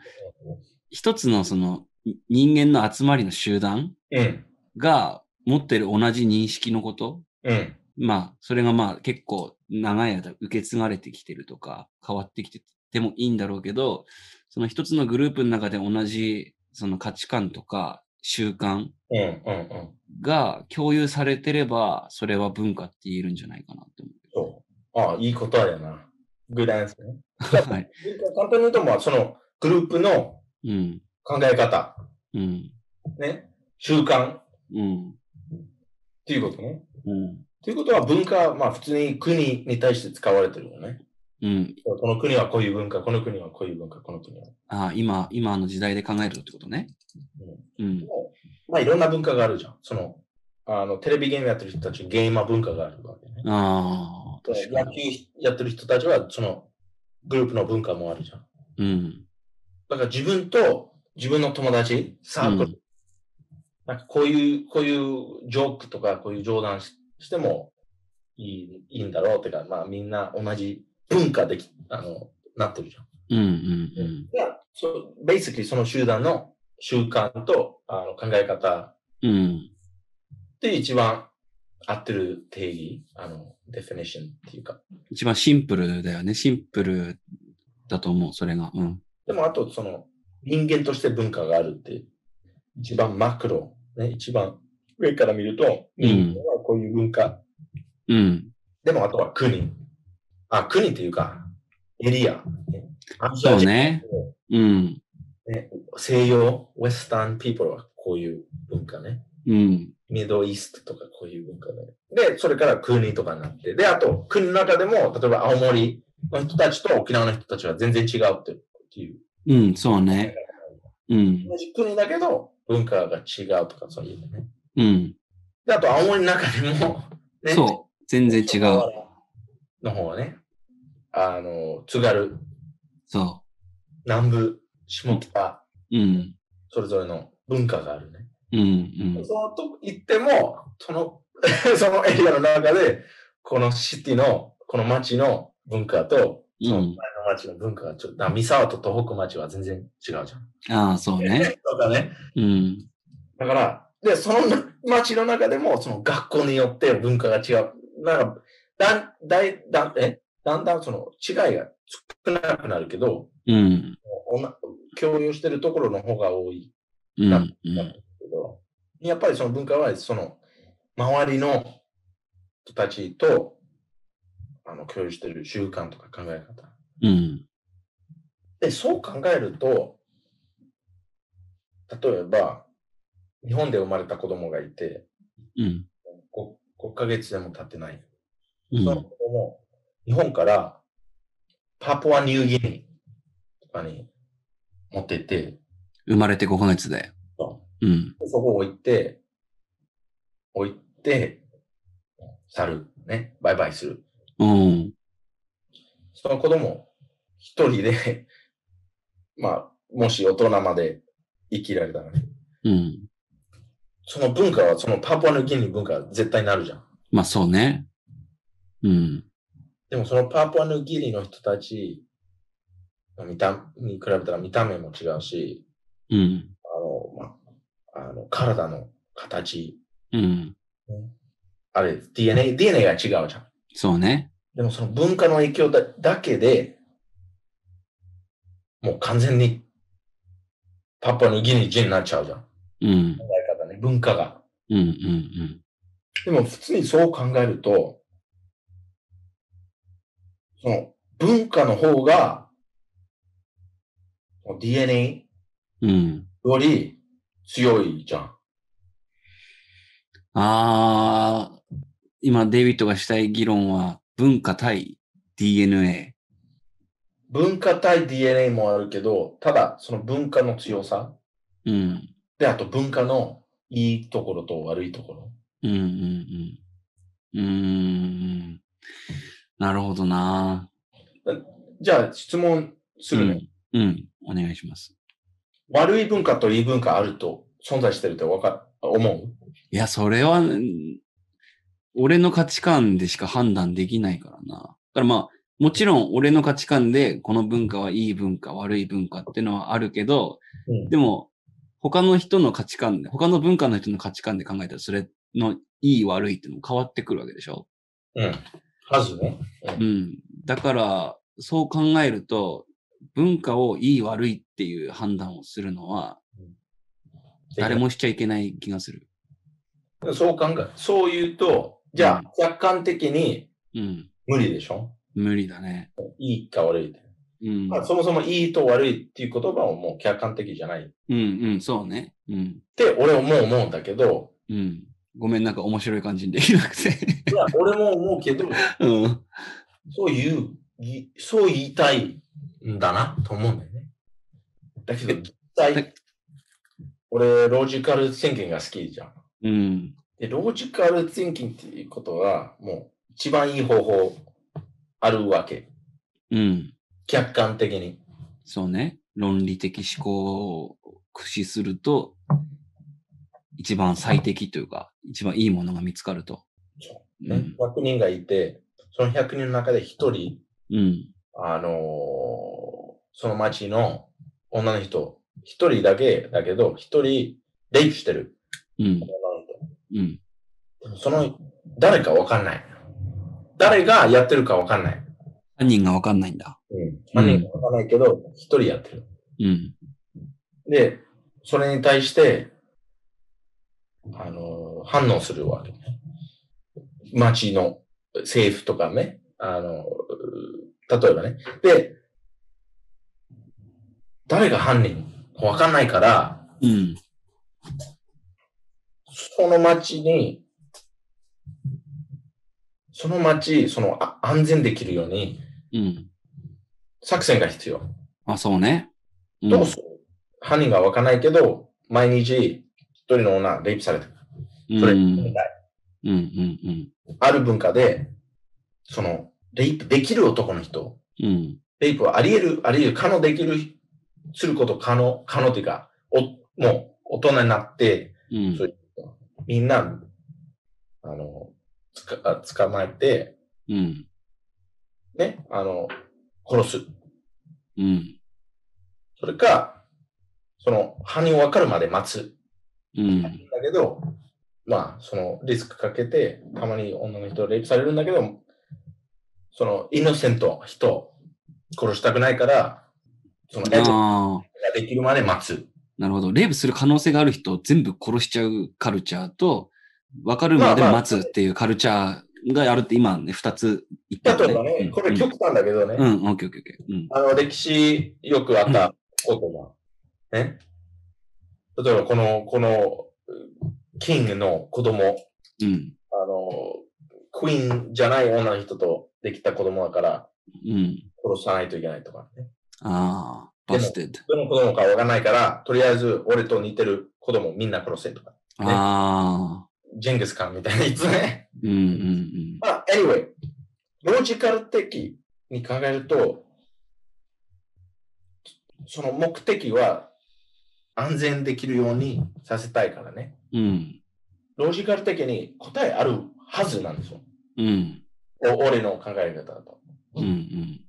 Speaker 1: 一つのその、に人間の集まりの集団
Speaker 2: うん。
Speaker 1: が持ってる同じ認識のこと
Speaker 2: うん。
Speaker 1: まあ、それがまあ結構長い間受け継がれてきてるとか、変わってきててもいいんだろうけど、その一つのグループの中で同じその価値観とか習慣
Speaker 2: うん。うん。うん。
Speaker 1: が共有されてれば、それは文化って言えるんじゃないかなって
Speaker 2: そう。ああ、いい答えやな。グランスね。
Speaker 1: 思う。はい。
Speaker 2: 簡単に言うと、まあ、そのグループの
Speaker 1: うん。
Speaker 2: 考え方、
Speaker 1: うん。
Speaker 2: ね、習慣っ
Speaker 1: うん。
Speaker 2: ていうことね。
Speaker 1: うん。
Speaker 2: ということは文化、まあ普通に国に対して使われてるよね。
Speaker 1: うん。
Speaker 2: この国はこういう文化、この国はこういう文化、この国は。
Speaker 1: ああ、今、今の時代で考えるってことね。うん。
Speaker 2: まあいろんな文化があるじゃん。その、あの、テレビゲームやってる人たち、ゲーマー文化があるわけね。
Speaker 1: ああ、
Speaker 2: 野
Speaker 1: 確かに。
Speaker 2: 球やってる人たちは、そのグループの文化もあるじゃん。
Speaker 1: うん。
Speaker 2: だから自分と自分の友達、サークル、
Speaker 1: う
Speaker 2: なんかこういう、こういうジョークとか、こういう冗談ししても、いいいいんだろうってか、まあみんな同じ文化でき、あの、なってるじゃん。
Speaker 1: うんうん
Speaker 2: いや、そう、ベーシックその集団の習慣とあの考え方
Speaker 1: うん。うん。
Speaker 2: で一番合ってる定義、あの、デフィニッションっていうか。
Speaker 1: 一番シンプルだよね。シンプルだと思う、それが。うん。
Speaker 2: でもあと、その、人間として文化があるって、一番マクロ、ね、一番上から見ると、
Speaker 1: うん
Speaker 2: 人間はこういう文化、
Speaker 1: うん。
Speaker 2: でもあとは国。あ、国っていうか、エリア。アジア
Speaker 1: そうね。うん。
Speaker 2: 西洋、ウェスタンピープルはこういう文化ね。
Speaker 1: うん。
Speaker 2: ミドルイーストとかこういう文化で。で、それから国とかになって。で、あと、国の中でも、例えば青森の人たちと沖縄の人たちは全然違うってっていう。
Speaker 1: うん、そうね。うん。
Speaker 2: 同じ国だけど、文化が違うとかそういうね。
Speaker 1: うん。
Speaker 2: で、あと青森の中でも、ね、
Speaker 1: そう。全然違う。。
Speaker 2: の方はね、あの、津軽、
Speaker 1: そ
Speaker 2: 南部、下北、
Speaker 1: う。うん。
Speaker 2: それぞれの文化があるね。
Speaker 1: うん。うん。
Speaker 2: そのと言っても、その、 そのエリアの中で、このシティの、この町の文化と、
Speaker 1: う
Speaker 2: その前の
Speaker 1: ん。
Speaker 2: 町の文化がちょっと、だから三沢と東北町は全然違うじゃん。と
Speaker 1: ああ、そうね。
Speaker 2: かね。
Speaker 1: うん。
Speaker 2: だから、で、その町の中でも、その学校によって文化が違う。なんか、だん、だい、だん、えだんだんその違いが少なくなるけど、
Speaker 1: うん。
Speaker 2: おな共有してるところの方が多い
Speaker 1: うん。うん。
Speaker 2: けど、やっぱりその文化は、その、周りの人たちと、あの、共有してる習慣とか考え方。
Speaker 1: うん。
Speaker 2: で、そう考えると、例えば、日本で生まれた子供がいて、
Speaker 1: うん。
Speaker 2: 5, 5ヶ月でも経ってない。
Speaker 1: う
Speaker 2: その
Speaker 1: ん。
Speaker 2: 子供、日本から、パプアニューギニーとかに持ってって、
Speaker 1: 生まれて5ヶ月で。うん。
Speaker 2: そこ置いて、置いて、去る。ね。バイバイする。
Speaker 1: うん。
Speaker 2: その子供、一人で、 まあ、もし大人まで生きられたらね。
Speaker 1: うん。
Speaker 2: その文化は、そのパプアニューギニー文化は絶対なるじゃん。
Speaker 1: まあ、そうね。うん。
Speaker 2: でもそのパプアニューギニーの人たち、見た、に比べたら見た目も違うし、
Speaker 1: うん。
Speaker 2: あの、まあ、あの、体の形、
Speaker 1: うん。
Speaker 2: あれ、DNA、DNA が違うじゃん。
Speaker 1: そうね。
Speaker 2: でもその文化の影響だだけで、もう完全にパパのギニ人になっちゃうじゃん。考
Speaker 1: うん。
Speaker 2: え方ね、文化が。
Speaker 1: うん。うん。
Speaker 2: でも普通にそう考えると、その文化の方が、その DNA
Speaker 1: うん。うん。
Speaker 2: より強いじゃん。
Speaker 1: ああ、今デイビッドがしたい議論は文化対 DNA。
Speaker 2: 文化対 DNA もあるけど、ただその文化の強さ、
Speaker 1: うん。
Speaker 2: で、あと文化のいいところと悪いところ。
Speaker 1: うんうんうん。うーん。なるほどな。
Speaker 2: じゃあ質問するね。
Speaker 1: うん。うん。お願いします。
Speaker 2: 悪い文化といい文化あると存在してるってわか、思う
Speaker 1: いや、それは、うん俺の価値観でしか判断できないからな。だからまあ、もちろん俺の価値観でこの文化はいい文化、悪い文化ってのはあるけど、
Speaker 2: うん
Speaker 1: でも、他の人の価値観で、他の文化の人の価値観で考えたら、それのいい悪いってのも変わってくるわけでしょ
Speaker 2: うん。はずね。
Speaker 1: うん。だから、そう考えると、文化をいい悪いっていう判断をするのは、誰。もしちゃいけない気がする。
Speaker 2: そう考え、そう言うと、じゃあ、客観的に
Speaker 1: うん。
Speaker 2: 無理でしょ
Speaker 1: 無理だね。
Speaker 2: いいか悪いって。
Speaker 1: うん。
Speaker 2: まあ、そもそもいいと悪いっていう言葉をもう客観的じゃない。っ
Speaker 1: うんうん、そうね。うん。
Speaker 2: て、俺はもう思うんだけ ど、
Speaker 1: うん。ごめん、なんか面白い感じにできなくて。
Speaker 2: いや、俺も思うけど、
Speaker 1: うん。
Speaker 2: そう言う、いそう言いたいんだなと思うんだよね。だけど、実際、俺、ロジカル宣言が好きじゃん。
Speaker 1: うん。
Speaker 2: で、ロジカル thinking っていうことは、もう一番いい方法あるわけ。
Speaker 1: うん。
Speaker 2: 客観的に。
Speaker 1: そうね。論理的思考を駆使すると、一番最適というか、一番いいものが見つかると。うん。
Speaker 2: 100人がいて、その100人の中で1人、
Speaker 1: うん。
Speaker 2: あのーその町の女の人、1人だけだけど、1人デートしてる。
Speaker 1: うん
Speaker 2: 女。の人
Speaker 1: うん。
Speaker 2: でもその、誰かわかんない。誰がやってるかわかんない。
Speaker 1: 犯人がわかんないんだ。
Speaker 2: うん。何人かわかんないけど、一人やってる。
Speaker 1: うん。
Speaker 2: で、それに対して、あの、反応するわけ。町の政府とかね、あの、例えばね。で、誰が犯人わかんないから、
Speaker 1: うん。
Speaker 2: その町に、その町、そのあ安全できるように
Speaker 1: うん。
Speaker 2: 作戦が必要。
Speaker 1: あ、そうね。うん
Speaker 2: どうする犯人がわかんないけど、毎日一人の女、レイプされてる。
Speaker 1: うん
Speaker 2: それ、
Speaker 1: うん。うん。うん。
Speaker 2: ある文化で、その、レイプできる男の人、
Speaker 1: うん。
Speaker 2: レイプはあり得る、あり得る、可能できる、すること可能、可能というか、おもう大人になって、
Speaker 1: うん。
Speaker 2: みんな、あの、つか捕まえて、
Speaker 1: うん。
Speaker 2: ね、あの、殺す。
Speaker 1: うん。
Speaker 2: それか、その、犯人分かるまで待つ。
Speaker 1: うん。
Speaker 2: だけど、まあ、その、リスクかけて、たまに女の人レイプされるんだけど、その、イノセント、人を殺したくないから、その、エトが
Speaker 1: ああ。
Speaker 2: できるまで待つ。
Speaker 1: なるほど。レイブする可能性がある人を全部殺しちゃうカルチャーと、分かるまで待つっていうカルチャーがあるって今ね、二つ言ったよ
Speaker 2: 例えばね、これ極端だけどね、
Speaker 1: うん、うん、オッケーオッケーオッケー。うん。
Speaker 2: あの、歴史よくあったことが、ね。例えば、この、この、キングの子供、
Speaker 1: うん。
Speaker 2: あの、クイーンじゃない女の人とできた子供だから、
Speaker 1: うん。
Speaker 2: 殺さないといけないとかね。
Speaker 1: ああ、バステッド。
Speaker 2: どの子供かわからないから、とりあえず俺と似てる子供みんな殺せとか、
Speaker 1: ああ。
Speaker 2: ジェンギスカンみたいなやつね。
Speaker 1: うんうん
Speaker 2: まあ、anyway、ロジカル的に考えると、その目的は安全できるようにさせたいからね。
Speaker 1: うん。うん。
Speaker 2: ロジカル的に答えあるはずなんですよ。
Speaker 1: うん。
Speaker 2: お俺の考え方だと。
Speaker 1: うんうん。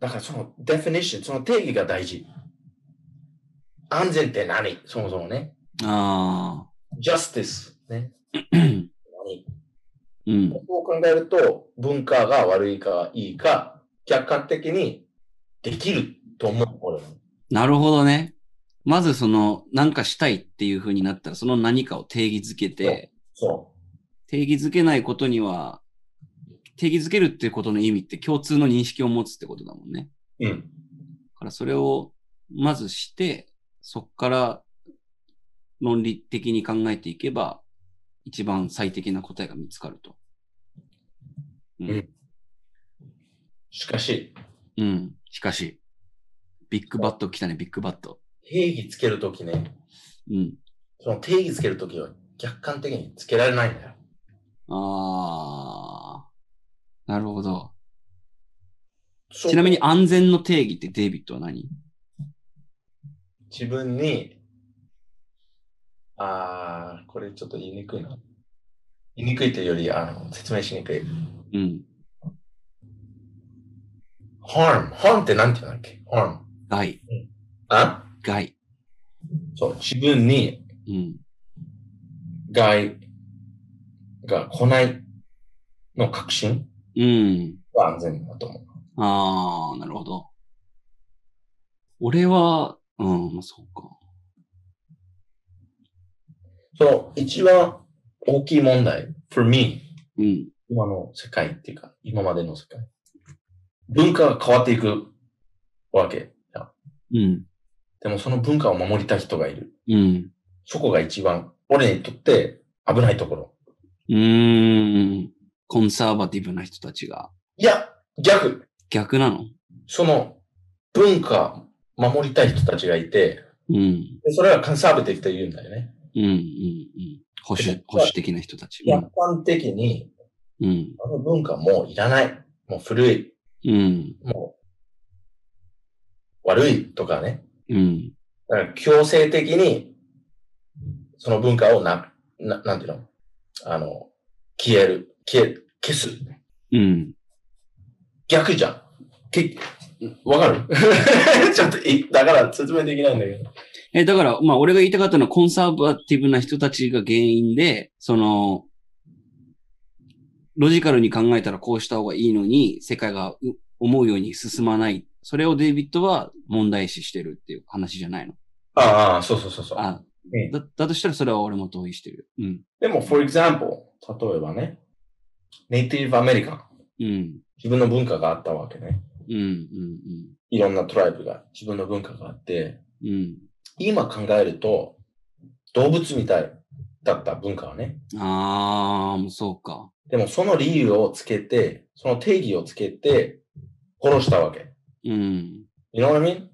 Speaker 2: だからその definition、その定義が大事。安全って何そもそもね。
Speaker 1: あ
Speaker 2: justice ね。
Speaker 1: あ。
Speaker 2: 何
Speaker 1: うん。
Speaker 2: そう考えると、文化が悪いかいいか、客観的にできると思う、俺は。
Speaker 1: なるほどね。まずその、なんかしたいっていう風になったら、その何かを定義づけて、
Speaker 2: そ
Speaker 1: 定義づけないことには、定義づけるっていうことの意味って共通の認識を持つってことだもんね。
Speaker 2: う。う
Speaker 1: だ
Speaker 2: ん。
Speaker 1: からそれをまずして、そこから論理的に考えていけば、一番最適な答えが見つかると。うん。
Speaker 2: しかし、
Speaker 1: うん。しかし、ビッグバット来たね、ビッグバット。
Speaker 2: 定義つけるときね、
Speaker 1: うん。
Speaker 2: その定義つけるときは客観的につけられないんだよ。
Speaker 1: あー。なるほど。
Speaker 2: そう
Speaker 1: ちなみに安全の定義ってデイビッドは何
Speaker 2: 自分に、あー、これちょっと言いにくいな。言いにくいというより、あの、説明しにくい。
Speaker 1: うん。
Speaker 2: harm。harm って何て言うんだっけ ?harm。
Speaker 1: 害。
Speaker 2: あ
Speaker 1: 害。
Speaker 2: そう、自分に
Speaker 1: うん。
Speaker 2: 害が来ないの確信
Speaker 1: うん。
Speaker 2: は安全だと思う。
Speaker 1: ああ、なるほど。俺は、うん、まあそうか。
Speaker 2: その一番大きい問題、for me、
Speaker 1: うん。
Speaker 2: 今の世界っていうか、今までの世界。文化が変わっていくわけ。
Speaker 1: うん。
Speaker 2: でもその文化を守りたい人がいる。
Speaker 1: うん。
Speaker 2: そこが一番、俺にとって危ないところ。
Speaker 1: うーん。コンサーバティブな人たちが。
Speaker 2: いや、逆
Speaker 1: 逆なの
Speaker 2: その文化、守りたい人たちがいて、
Speaker 1: うん。
Speaker 2: でそれはカンサーブティブと言うんだよね。
Speaker 1: うん。うん。うん。保守、保守的な人たち。う
Speaker 2: 一
Speaker 1: ん。
Speaker 2: 般的に
Speaker 1: うん。
Speaker 2: あの文化もういらない。もう古い。
Speaker 1: うん。
Speaker 2: もう悪いとかね。
Speaker 1: うん。
Speaker 2: だから強制的にその文化をな、ななんていうのあの、消える。消える。消す。
Speaker 1: うん。
Speaker 2: 逆じゃん。けわかる ちょっとい、だから説明できないんだけど。
Speaker 1: え、だから、まあ、俺が言いたかったのは、コンサバティブな人たちが原因で、その、ロジカルに考えたらこうした方がいいのに、世界がう思うように進まない。それをデイビッドは問題視してるっていう話じゃないの。
Speaker 2: ああ、そうそうそうそう。
Speaker 1: あ
Speaker 2: うん
Speaker 1: だだとしたらそれは俺も同意してる。うん。
Speaker 2: でも、for example、例えばね、ネイティブアメリカン、
Speaker 1: うん。
Speaker 2: 自分の文化があったわけね。
Speaker 1: うん。うん。
Speaker 2: いろんなトライブが、自分の文化があって、
Speaker 1: うん。うん
Speaker 2: 今考えると、動物みたいだった文化はね。
Speaker 1: あー、もうそうか。
Speaker 2: でも、その理由をつけて、その定義をつけて、殺したわけ。
Speaker 1: うん。
Speaker 2: You know what I mean?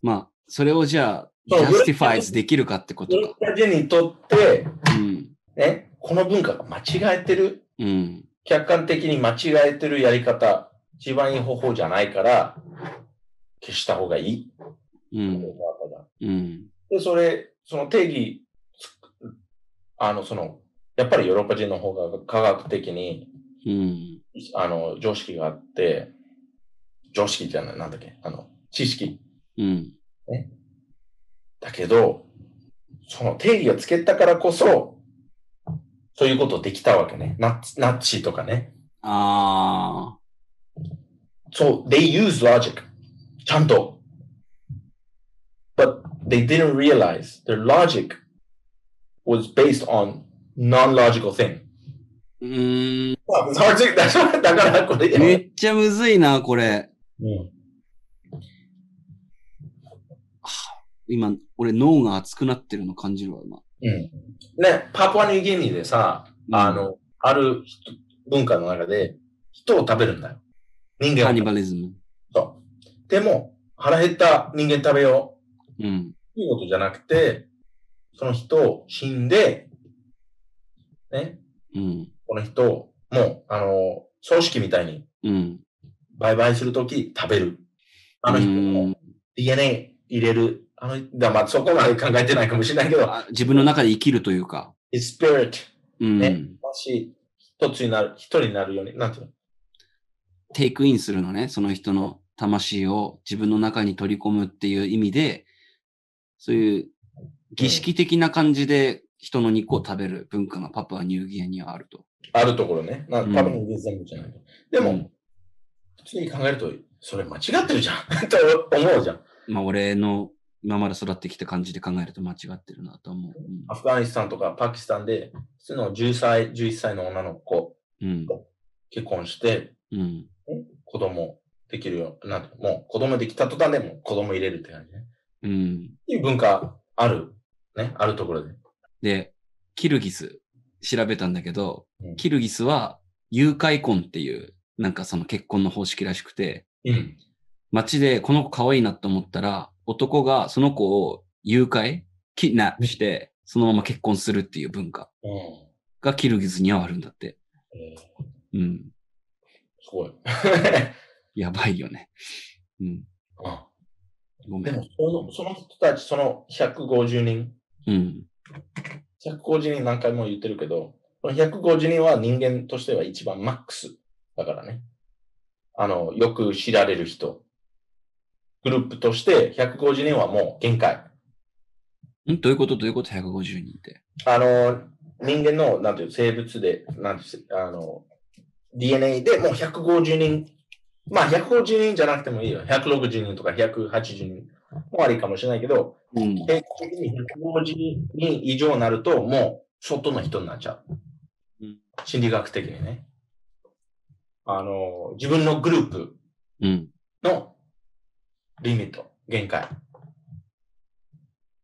Speaker 1: まあ、それをじゃあ、ジ
Speaker 2: そう
Speaker 1: ャスティファイズできるかってことか。
Speaker 2: 人たちにとって、
Speaker 1: うん。
Speaker 2: ね、この文化が間違えてる
Speaker 1: うん。
Speaker 2: 客観的に間違えてるやり方、一番いい方法じゃないから、消した方がいい。
Speaker 1: うん。うん。
Speaker 2: で、それ、その定義、あの、その、やっぱりヨーロッパ人の方が科学的に、
Speaker 1: うん。
Speaker 2: あの、常識があって、常識じゃない、なんだっけ、あの、知識。
Speaker 1: うん。
Speaker 2: だけど、その定義をつけたからこそ、そういうことできたわけね。ナッツ、ナッチとかね。
Speaker 1: ああ。
Speaker 2: So they use logic. ちゃんと。But they didn't realize their logic was based on non-logical thing.
Speaker 1: うーん。
Speaker 2: Well, it's hard to- だからだからこれ、
Speaker 1: めっちゃむずいな、これ。
Speaker 2: うん
Speaker 1: 今、俺脳が熱くなってるの感じるわ、今。
Speaker 2: ね、パプアニューギニーでさ、あの、ある人文化の中で人を食べるんだよ。人間
Speaker 1: カ
Speaker 2: を
Speaker 1: ニバリズム。
Speaker 2: そうでも、腹減った人間食べよ
Speaker 1: うん。
Speaker 2: う。いうことじゃなくて、その人を死んで、ね、
Speaker 1: うん。
Speaker 2: この人を、もう、あの、葬式みたいに
Speaker 1: うん。
Speaker 2: 売買するとき食べる。あの人
Speaker 1: うー
Speaker 2: の
Speaker 1: ん
Speaker 2: DNA 入れる。あの、だまあ、そこまで考えてないかもしれないけど、
Speaker 1: あ自分の中で生きるというか。
Speaker 2: his spirit
Speaker 1: うん。
Speaker 2: ねもし、一つになる、一人になるように、なんていうの
Speaker 1: テイクインするのね。その人の魂を自分の中に取り込むっていう意味で、そういう儀式的な感じで人の肉を食べる文化がパプアニューギニアにはあると。
Speaker 2: あるところね。な
Speaker 1: うん
Speaker 2: 多分全部じゃない。で
Speaker 1: う
Speaker 2: も
Speaker 1: ん、
Speaker 2: 普通に考えると、それ間違ってるじゃん と思うじゃん。
Speaker 1: まあ俺の今まで育ってきた感じで考えると間違ってるなと思う。うん
Speaker 2: アフガニスタンとかパキスタンで、普通の10歳、11歳の女の子、
Speaker 1: うん。
Speaker 2: 結婚して、
Speaker 1: うん。
Speaker 2: 子供できるよ。なんていうのもう子供できた途端でも子供入れるって感じね。
Speaker 1: うん。
Speaker 2: っていう文化ある。ね、あるところで。
Speaker 1: で、キルギス調べたんだけど、
Speaker 2: うん
Speaker 1: キルギスは誘拐婚っていう、なんかその結婚の方式らしくて、
Speaker 2: うん。
Speaker 1: 街でこの子可愛いなと思ったら、男がその子を誘拐、キッナップして、そのまま結婚するっていう文化
Speaker 2: うん。
Speaker 1: がキルギスにはあるんだって。
Speaker 2: えー
Speaker 1: うん。
Speaker 2: すごい。
Speaker 1: やばいよね。うん。
Speaker 2: うん
Speaker 1: ごめ
Speaker 2: でも
Speaker 1: ん。
Speaker 2: その、その人たち、その150人、
Speaker 1: うん。
Speaker 2: 150人何回も言ってるけど、この150人は人間としては一番マックスだからね。あの、よく知られる人。グループとして150人はもう限界。
Speaker 1: んどういうことどういうこと ?150 人って。
Speaker 2: あの、人間の、なんていう、生物で、なんていう、あの、DNA でもう150人、まあ150人じゃなくてもいいよ。160人とか180人もありかもしれないけど、
Speaker 1: うん。
Speaker 2: 定期的に150人以上になると、もう外の人になっちゃう
Speaker 1: うん。
Speaker 2: 心理学的にね。あの、自分のグループ
Speaker 1: うん。
Speaker 2: のリミット、限界。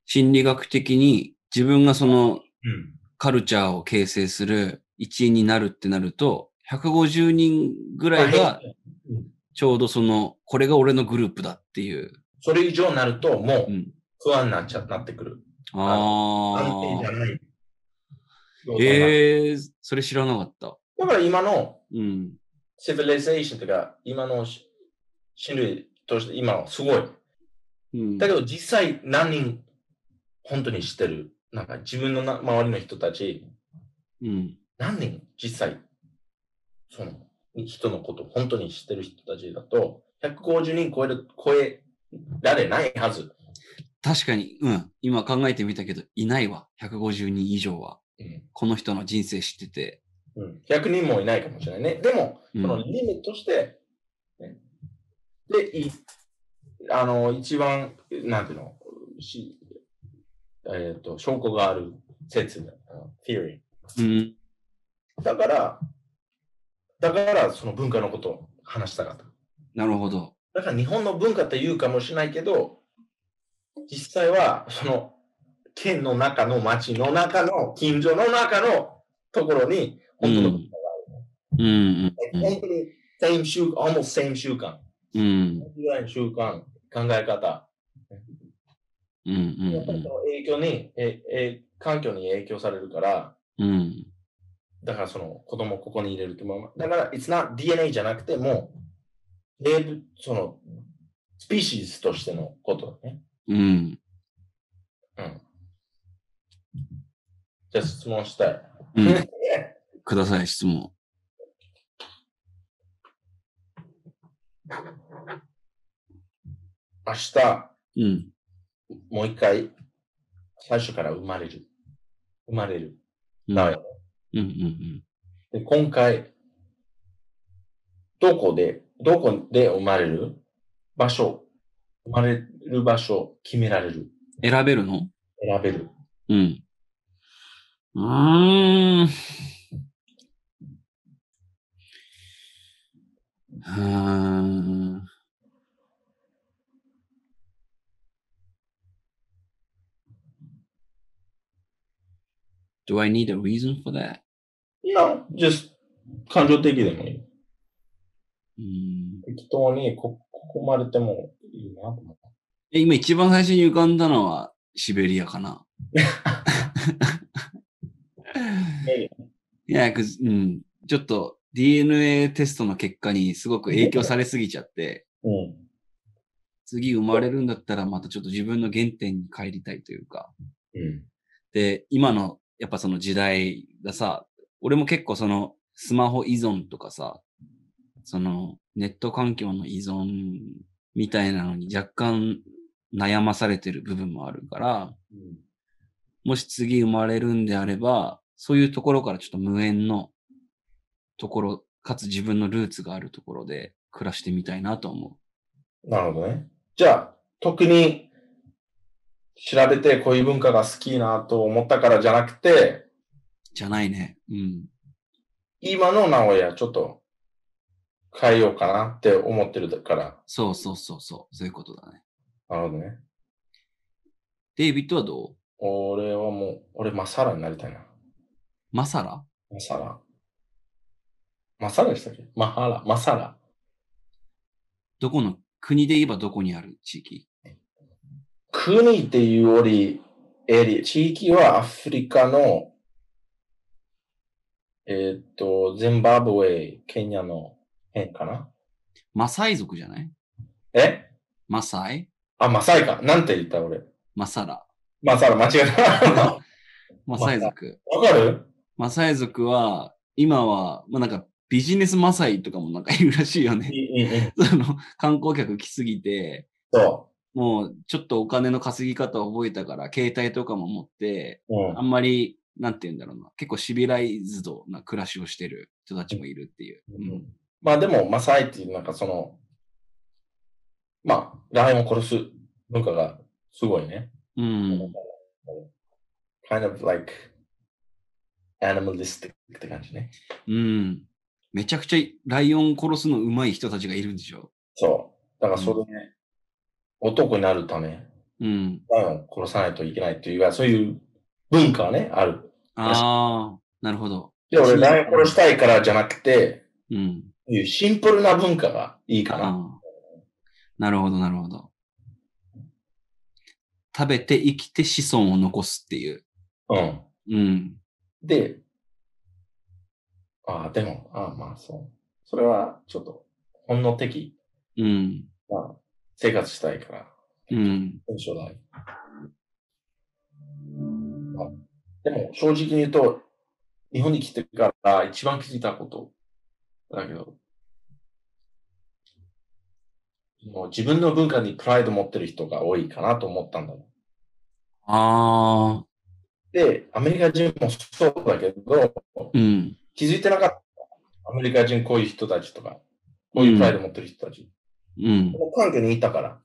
Speaker 1: 心理学的に自分がその
Speaker 2: うん。
Speaker 1: カルチャーを形成する一員になるってなると、150人ぐらいがちょうどその、これが俺のグループだっていう。
Speaker 2: それ以上になると、も
Speaker 1: う。
Speaker 2: うん不安になっちゃ、なってくる。安
Speaker 1: あ
Speaker 2: 定じゃ
Speaker 1: あ。
Speaker 2: ない。
Speaker 1: ええそれ知らなかった。
Speaker 2: だから今の
Speaker 1: うん。
Speaker 2: シビリゼーションというか、今のし人類として、今のすご
Speaker 1: う
Speaker 2: い。
Speaker 1: ん
Speaker 2: だけど実際何人本当に知ってるなんか自分のな周りの人たち
Speaker 1: うん。
Speaker 2: 何人実際その人のことを本当に知ってる人たちだと、150人超える、超えられないはず。
Speaker 1: 確かに、うん。今考えてみたけど、いないわ。150人以上は。
Speaker 2: うん。
Speaker 1: この人の人生知ってて。
Speaker 2: うん、100人もいないかもしれないね。でも、
Speaker 1: うん
Speaker 2: そのリミットして、ねで、いあの、一番、なんていうの、しえっ、と、証拠がある説だ、theory。
Speaker 1: うん。
Speaker 2: だから、だからその文化のことを話したかった。
Speaker 1: なるほど。
Speaker 2: だから日本の文化って言うかもしれないけど、実際はその県の中の町の中の近所の中のところに、本当の、
Speaker 1: うんうんうん
Speaker 2: 本当に same 習慣、almost same 習慣、
Speaker 1: うん。うん
Speaker 2: 同じぐらいの習慣、考え方、
Speaker 1: うんうん
Speaker 2: やっぱりその影響に、ええ環境に影響されるから、
Speaker 1: うん。うん。
Speaker 2: だからその子供をここに入れるってもだから、it's not DNA じゃなくてもう、生物、その、スピーシーズとしてのことだね。
Speaker 1: うん。
Speaker 2: うん。じゃあ質問したい。
Speaker 1: うん。 ください、質問。
Speaker 2: 明日、
Speaker 1: うん。
Speaker 2: もう一回、最初から生まれる。生まれる。
Speaker 1: うん。
Speaker 2: な
Speaker 1: うん
Speaker 2: る
Speaker 1: うんうん。
Speaker 2: で、今回、どこで、どこで生まれる場所、生まれる場所、決められる。
Speaker 1: 選べるの
Speaker 2: 選べる。
Speaker 1: うん。うーん。うーん。Do I need a reason for that?
Speaker 2: No, just 感情的でもいい。
Speaker 1: うん
Speaker 2: 適当にこ、ここまれてもいいなと思った。
Speaker 1: え今一番最初に浮かんだのはシベリアかな。いや、くずうん、ちょっと DNA テストの結果にすごく影響されすぎちゃって、
Speaker 2: うん。
Speaker 1: 次生まれるんだったらまたちょっと自分の原点に帰りたいというか。
Speaker 2: うん。
Speaker 1: で、今のやっぱその時代がさ、俺も結構そのスマホ依存とかさ、そのネット環境の依存みたいなのに若干悩まされてる部分もあるから、
Speaker 2: うん。
Speaker 1: もし次生まれるんであれば、そういうところからちょっと無縁のところ、かつ自分のルーツがあるところで暮らしてみたいなと思
Speaker 2: なるほどね。じゃあ、特に調べてこういう文化が好きなと思ったからじゃなくて、
Speaker 1: う。じゃないね。うん。
Speaker 2: 今の名古屋ちょっと変えようかなって思ってるから。
Speaker 1: そうそうそうそう。そういうことだね。
Speaker 2: なるほどね。
Speaker 1: デイビッドはどう
Speaker 2: 俺はもう、俺マサラになりたいな。
Speaker 1: マサラ
Speaker 2: マサラ。マサラでしたっけマハラ、マサラ。
Speaker 1: どこの、国で言えばどこにある地域
Speaker 2: 国っていうより、エリア、地域はアフリカの、えーっと、ゼンバブウェイ、ケニアの辺かな
Speaker 1: マサイ族じゃない
Speaker 2: え
Speaker 1: マサイ
Speaker 2: あ、マサイか。なんて言った俺。
Speaker 1: マサラ。
Speaker 2: マサイ、間違えた。
Speaker 1: マサイ族。
Speaker 2: わかる
Speaker 1: マサイ族は、今は、まあ、なんかビジネスマサイとかもなんかいるらしいよね。
Speaker 2: いい、いい、いい。
Speaker 1: その、観光客来すぎて、
Speaker 2: そ
Speaker 1: もうちょっとお金の稼ぎ方を覚えたから、携帯とかも持って、
Speaker 2: う。うん
Speaker 1: あ。んまり、なんて言うんだろうな、結構シビライズドな暮らしをしてる人たちもいるっていう。うん。
Speaker 2: まあでも、マサイっていう、なんかその、まあ、ライオンを殺す文化がすごいね。
Speaker 1: うん。
Speaker 2: kind of like animalistic って感じね。
Speaker 1: うん。めちゃくちゃライオン殺すの上手い人たちがいるんでしょ。
Speaker 2: そう。だからそれで、ね、男になるため、
Speaker 1: うん。
Speaker 2: ライオンを殺さないといけないというか、そういう文化はね、ある。
Speaker 1: ああ、なるほど。
Speaker 2: で、俺、ライオンを殺したいからじゃなくて、
Speaker 1: うん。
Speaker 2: いうシンプルな文化がいいかな。
Speaker 1: あーなるほど、なるほど。食べて生きて子孫を残すっていう。
Speaker 2: うん。
Speaker 1: うん。
Speaker 2: で、ああ、でも、ああ、まあそう。それはちょっと本能的
Speaker 1: うん。
Speaker 2: な生活したいから、
Speaker 1: うん。
Speaker 2: 文章ない。あでも、正直に言うと、日本に来てから一番聞いたこと、だけど、もう自分の文化にプライド持ってる人が多いかなと思ったんだよ。
Speaker 1: ああ、
Speaker 2: で、アメリカ人もそうだけど、
Speaker 1: うん。
Speaker 2: 気づいてなかった。アメリカ人こういう人たちとか、こういうプライド持ってる人たち。
Speaker 1: うん。
Speaker 2: この関係にいたから。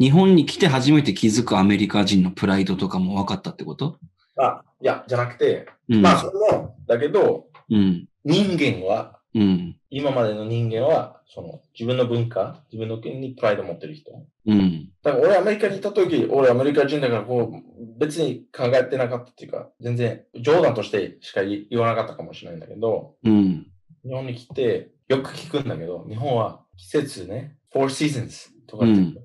Speaker 1: 日本に来て初めて気づくアメリカ人のプライドとかも分かったってこと
Speaker 2: あ、いや、じゃなくて、
Speaker 1: うん。
Speaker 2: まあ、それも、だけど、
Speaker 1: うん。
Speaker 2: 人間は、
Speaker 1: うん。
Speaker 2: 今までの人間は、その、自分の文化、自分の国にプライド持ってる人。
Speaker 1: うん。
Speaker 2: だから俺アメリカにいた時、俺アメリカ人だからこう、別に考えてなかったっていうか、全然冗談としてしか言言わなかったかもしれないんだけど、
Speaker 1: うん。
Speaker 2: 日本に来てよく聞くんだけど、日本は季節ね、four seasons とかって
Speaker 1: うん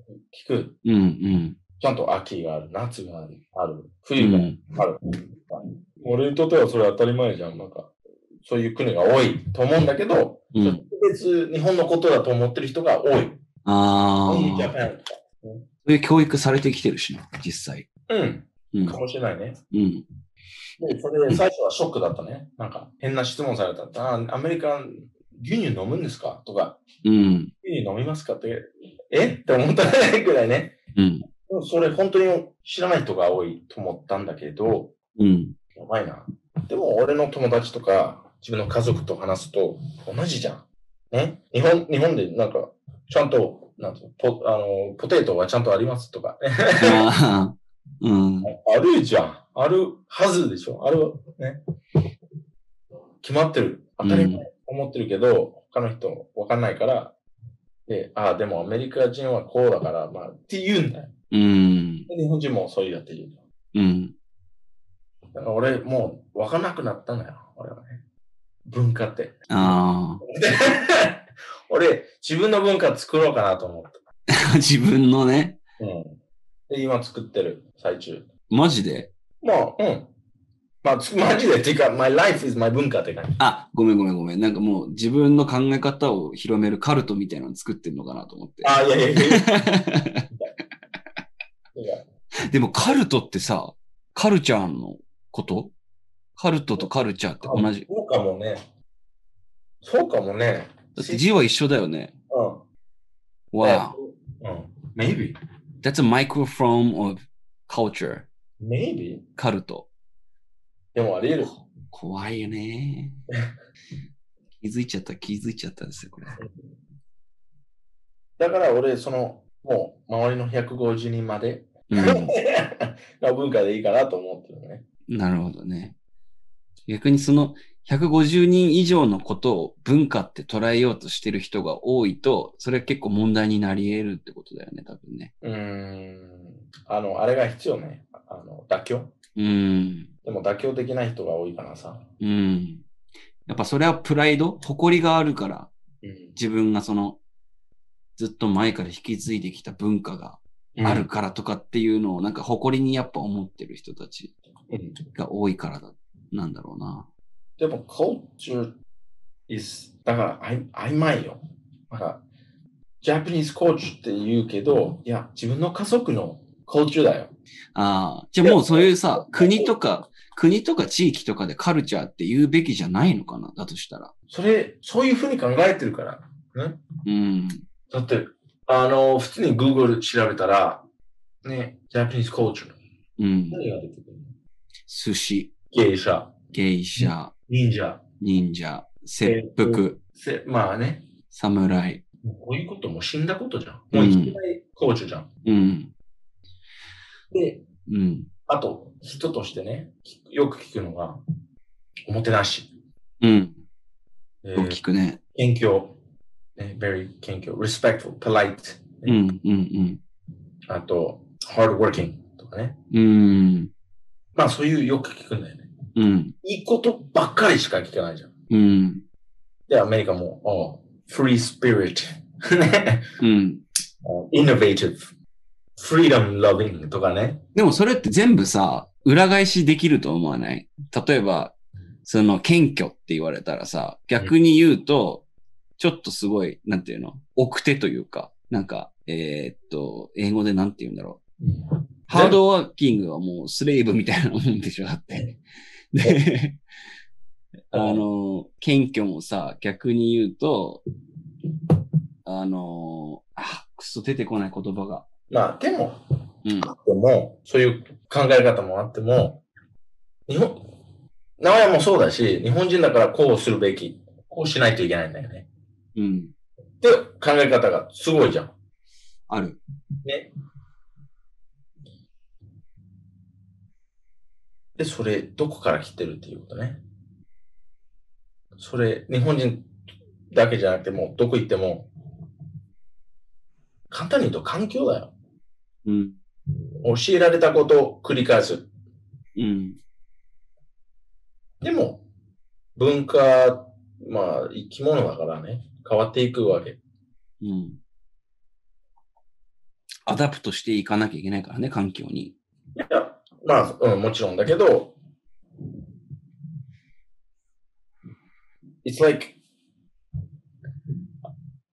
Speaker 2: 聞く。
Speaker 1: うん。うん。
Speaker 2: ちゃんと秋がある、夏がある、ある
Speaker 1: う
Speaker 2: 冬が
Speaker 1: ん。
Speaker 2: ある。俺にとってはそれ当たり前じゃん。なんか、そういう国が多いと思うんだけど、
Speaker 1: うん。
Speaker 2: 別日本のことだと思ってる人が多い。
Speaker 1: ああ。
Speaker 2: Only Japan
Speaker 1: そういう教育されてきてるしな、実際。
Speaker 2: うん、
Speaker 1: うん
Speaker 2: か。もしれないね。
Speaker 1: うん。
Speaker 2: で、それで最初はショックだったね。なんか、変な質問された。あアメリカン、牛乳飲むんですかとか、
Speaker 1: うん。
Speaker 2: 牛乳飲みますかって、えって思ったぐらいね。
Speaker 1: うん。
Speaker 2: でもそれ本当に知らない人が多いと思ったんだけど、
Speaker 1: うん。
Speaker 2: やばいな。でも俺の友達とか、自分の家族と話すと同じじゃん。ね日本、日本でなんか、ちゃんと、なんていうのポあの、ポテトはちゃんとありますとか、ね、
Speaker 1: ああ。うん。
Speaker 2: あるじゃん。あるはずでしょ。ある、ね。決まってる。当たり前思ってるけど、他の人わかんないから、で、ああ、でもアメリカ人はこうだから、まあ、って言うんだよ。
Speaker 1: うん。
Speaker 2: で日本人もそういうだって言う。
Speaker 1: うん。
Speaker 2: だから俺、もうわかんなくなったんだよ。俺はね。文化って。
Speaker 1: あ
Speaker 2: 俺、自分の文化作ろうかなと思った。
Speaker 1: あ。 自分のね、
Speaker 2: うん。で、今作ってる最中。
Speaker 1: マジで。
Speaker 2: まあ、うん。まあ、つマジで、っていうか、my life is my 文化って感じ。
Speaker 1: あ、ごめんごめんごめん。なんかもう自分の考え方を広めるカルトみたいなの作ってんのかなと思って。
Speaker 2: あ、いやいやいやいや。いや
Speaker 1: でもカルトってさ、カルチャーのことカルトとカルチャーって同じ。
Speaker 2: そうかもね。そうかもね。
Speaker 1: だって字は一緒だよね。
Speaker 2: うん。
Speaker 1: Wow.
Speaker 2: うん。Maybe.
Speaker 1: That's a micro form of culture.
Speaker 2: Maybe.
Speaker 1: カルト。
Speaker 2: でもあり得る。
Speaker 1: 怖いよね。気づいちゃった、気づいちゃったんですよ、これ。
Speaker 2: だから俺、その、もう、周りの150人まで、
Speaker 1: う
Speaker 2: の文化でいいかなと思ってるね。
Speaker 1: ん、なるほどね。逆にその150人以上のことを文化って捉えようとしてる人が多いと、それは結構問題になり得るってことだよね、多分ね。
Speaker 2: うーん。あの、あれが必要ね。あの、妥協。
Speaker 1: うん。
Speaker 2: でも妥協できない人が多いからさ。
Speaker 1: うん。やっぱそれはプライド誇りがあるから、
Speaker 2: うん。
Speaker 1: 自分がその、ずっと前から引き継いできた文化がある。からとかっていうのを、なんか誇りにやっぱ思ってる人たち
Speaker 2: うん。
Speaker 1: が多いからだ、なんだろうな。
Speaker 2: でも、culture is、だから、あい曖昧よ。なんか、Japanese culture って言うけど、いや、自分の家族の culture だよ。
Speaker 1: ああ、じゃあもうそういうさ、国とか、国とか地域とかでカルチャーって言うべきじゃないのかな、だとしたら。
Speaker 2: それ、そういうふうに考えてるから。
Speaker 1: うん。
Speaker 2: だって、あの、普通に Google 調べたら、ね、Japanese culture。
Speaker 1: うん。
Speaker 2: 何が出てくる
Speaker 1: 寿司、
Speaker 2: 芸者、
Speaker 1: 芸者、
Speaker 2: 忍者、
Speaker 1: 忍者、切腹、
Speaker 2: せまあね、
Speaker 1: 侍。
Speaker 2: もうこういうことも死んだことじゃん。もう生きてないコーチじゃん。
Speaker 1: うん。
Speaker 2: で、
Speaker 1: うん。
Speaker 2: あと、人としてね、聞くよく聞くのが、おもてなし。
Speaker 1: うん。
Speaker 2: え
Speaker 1: 大
Speaker 2: ー
Speaker 1: きくね。
Speaker 2: 謙虚、ね、very 謙虚、respectful, polite、
Speaker 1: うん、うん、
Speaker 2: あと、hardworking とかね。
Speaker 1: うん。うん。
Speaker 2: まあそういうよく聞くんだよね。
Speaker 1: うん。
Speaker 2: いいことばっかりしか聞かないじゃん。
Speaker 1: うん。
Speaker 2: で、アメリカも、ああ free spirit、ね
Speaker 1: うん。
Speaker 2: innovative、freedom loving とかね。
Speaker 1: でもそれって全部さ、裏返しできると思わない例えば、その謙虚って言われたらさ、逆に言うと、ちょっとすごい、なんていうの奥手というか、なんか、えーっと、英語でなんて言うんだろう。ハードワーキングはもうスレイブみたいなもんでしょだって。で、 あの、謙虚もさ、逆に言うと、あの、あ、くそ出てこない言葉が。
Speaker 2: まあ、でも、
Speaker 1: うん。
Speaker 2: でも、そういう考え方もあっても、日本、名古屋もそうだし、日本人だからこうするべき、こうしないといけないんだよね。
Speaker 1: うん。
Speaker 2: って考え方がすごいじゃん。
Speaker 1: ある。
Speaker 2: ね。で、それ、どこから来てるっていうことね。それ、日本人だけじゃなくて、もうどこ行っても、簡単に言うと環境だよ。
Speaker 1: うん。
Speaker 2: 教えられたことを繰り返す。
Speaker 1: うん。
Speaker 2: でも、文化、まあ、生き物だからね、変わっていくわけ。
Speaker 1: うん。アダプトしていかなきゃいけないからね、環境に。
Speaker 2: いや、まあ、うん、もちろんだけど、It's like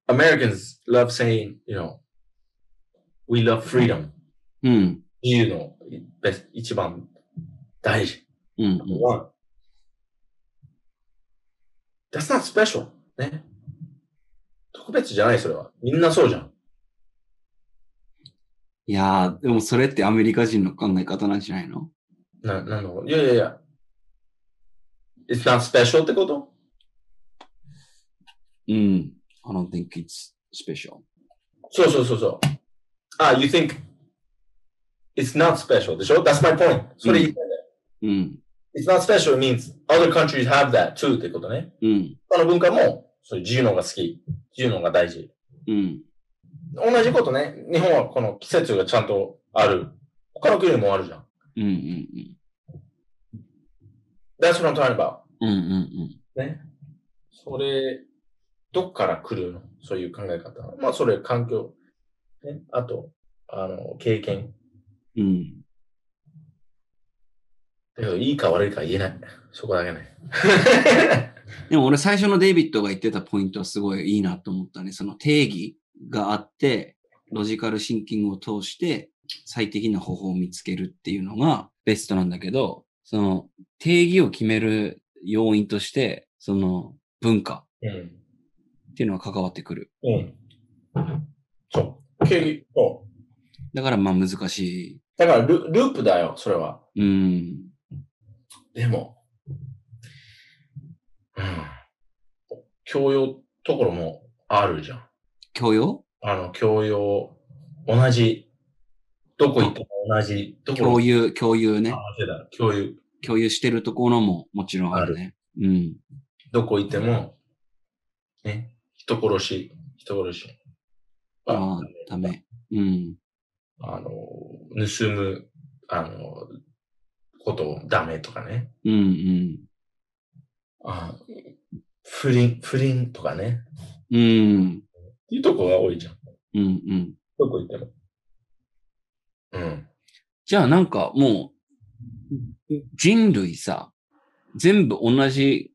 Speaker 2: Americans love saying, you know, we love freedom.
Speaker 1: うん。
Speaker 2: 自由のベス一番大事
Speaker 1: うん。うん
Speaker 2: なのは、That's not special. ね。特別じゃない、それは。みんなそうじゃん。
Speaker 1: いやー、でもそれってアメリカ人の考え方なんじゃないの
Speaker 2: な、なんだろう。いやいやいや。It's not special ってこと
Speaker 1: うん。I don't think it's special.
Speaker 2: そうそうそうそう。あ、you think it's not special でしょ ?That's my point. それ言いたいんだよ、
Speaker 1: うん。
Speaker 2: It's not special means other countries have that too ってことね。
Speaker 1: うん。
Speaker 2: 他の文化もそういう自由のが好き。自由のが大事。
Speaker 1: うん。
Speaker 2: 同じことね。日本はこの季節がちゃんとある。他の国もあるじゃん。
Speaker 1: うん。うん。
Speaker 2: That's what I'm talking about.
Speaker 1: うん。うん。
Speaker 2: ね。それ、どっから来るのそういう考え方。まあ、それ、環境。ね。あと、あの、経験。
Speaker 1: うん。うん。
Speaker 2: だけど、いいか悪いか言えない。そこだけね。
Speaker 1: でも俺最初のデイビッドが言ってたポイントはすごいいいなと思ったね。その定義があって、ロジカルシンキングを通して最適な方法を見つけるっていうのがベストなんだけど、その定義を決める要因として、その文化
Speaker 2: うん。
Speaker 1: っていうのは関わってくる。
Speaker 2: うん。そう。経験。そう。
Speaker 1: だからまあ難し
Speaker 2: だからル、ループだよ、それは。
Speaker 1: い。うん。
Speaker 2: でも、うん。教養ところもあるじゃん。
Speaker 1: 教養
Speaker 2: あの、教養、同じ、どこ行っても同じ、どこ
Speaker 1: 共
Speaker 2: 有
Speaker 1: 有、共有ね。
Speaker 2: だ、共有、
Speaker 1: 共有してるところももちろんあるね。うん。
Speaker 2: どこ行っても、ね、人殺し、人殺し。
Speaker 1: ああ、ダメ。うん。
Speaker 2: あの、盗む、あの、ことをダメとかね。
Speaker 1: うんうん。
Speaker 2: あ不倫、不倫とかね。
Speaker 1: うん。
Speaker 2: っていうとこが多いじゃん。
Speaker 1: うんうん。
Speaker 2: どこ行っても。うん。
Speaker 1: じゃあなんかもう、人類さ、全部同じ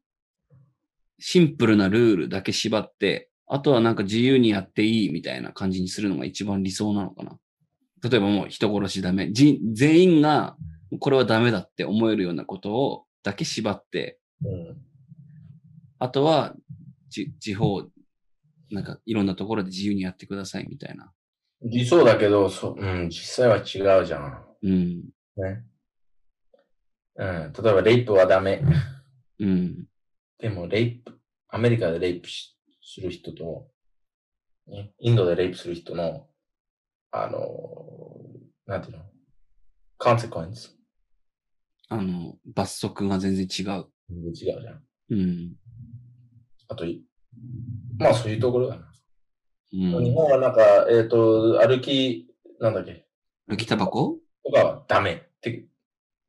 Speaker 1: シンプルなルールだけ縛って、あとはなんか自由にやっていいみたいな感じにするのが一番理想なのかな。例えばもう人殺しダメ。人全員がこれはダメだって思えるようなことをだけ縛って、
Speaker 2: うん。
Speaker 1: あとはじ地方、なんかいろんなところで自由にやってくださいみたいな。
Speaker 2: 理想だけど、そう、うん、実際は違うじゃん。
Speaker 1: うん。
Speaker 2: うん。例えば、レイプはダメ。
Speaker 1: うん。
Speaker 2: でも、レイプ、アメリカでレイプしする人と、ね、インドでレイプする人の、あの、なんていうの、consequence。
Speaker 1: あの、罰則が全然違う。
Speaker 2: 全然違うじゃん。
Speaker 1: うん。
Speaker 2: あと、いまあ、そういうところだな。
Speaker 1: う
Speaker 2: 日
Speaker 1: ん。
Speaker 2: 本はなんか、えっ、と、歩き、なんだっけ、
Speaker 1: 抜きタバコ
Speaker 2: とかはダメって、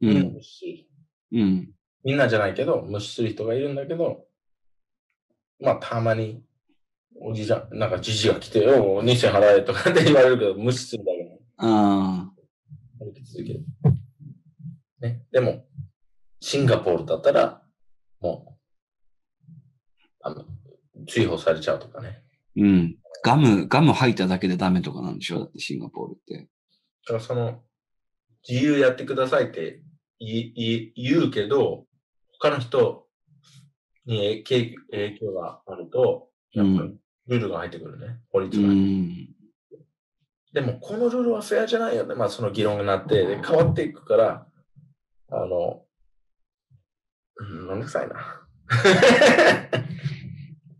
Speaker 1: う。
Speaker 2: みんなん無視する。
Speaker 1: うん。
Speaker 2: みんなじゃないけど、無視する人がいるんだけど、まあ、たまに、おじじゃん、なんかじじが来て、よ、2銭払えとかって言われるけど、無視するだけね。
Speaker 1: ああ。
Speaker 2: 歩き続ける。ね。でも、シンガポールだったら、もう、あの、追放されちゃうとかね。
Speaker 1: うん。ガム、ガム吐いただけでダメとかなんでしょだってシンガポールって。
Speaker 2: だからその、自由やってくださいって言い言い言うけど、他の人、に影響影響があると、やっぱりルールが入ってくるね、法律
Speaker 1: う
Speaker 2: が。
Speaker 1: ん。
Speaker 2: でも、このルールはフェアじゃないよね。まあ、その議論になって、で変わっていくから、あの、うん、めんどくさいな。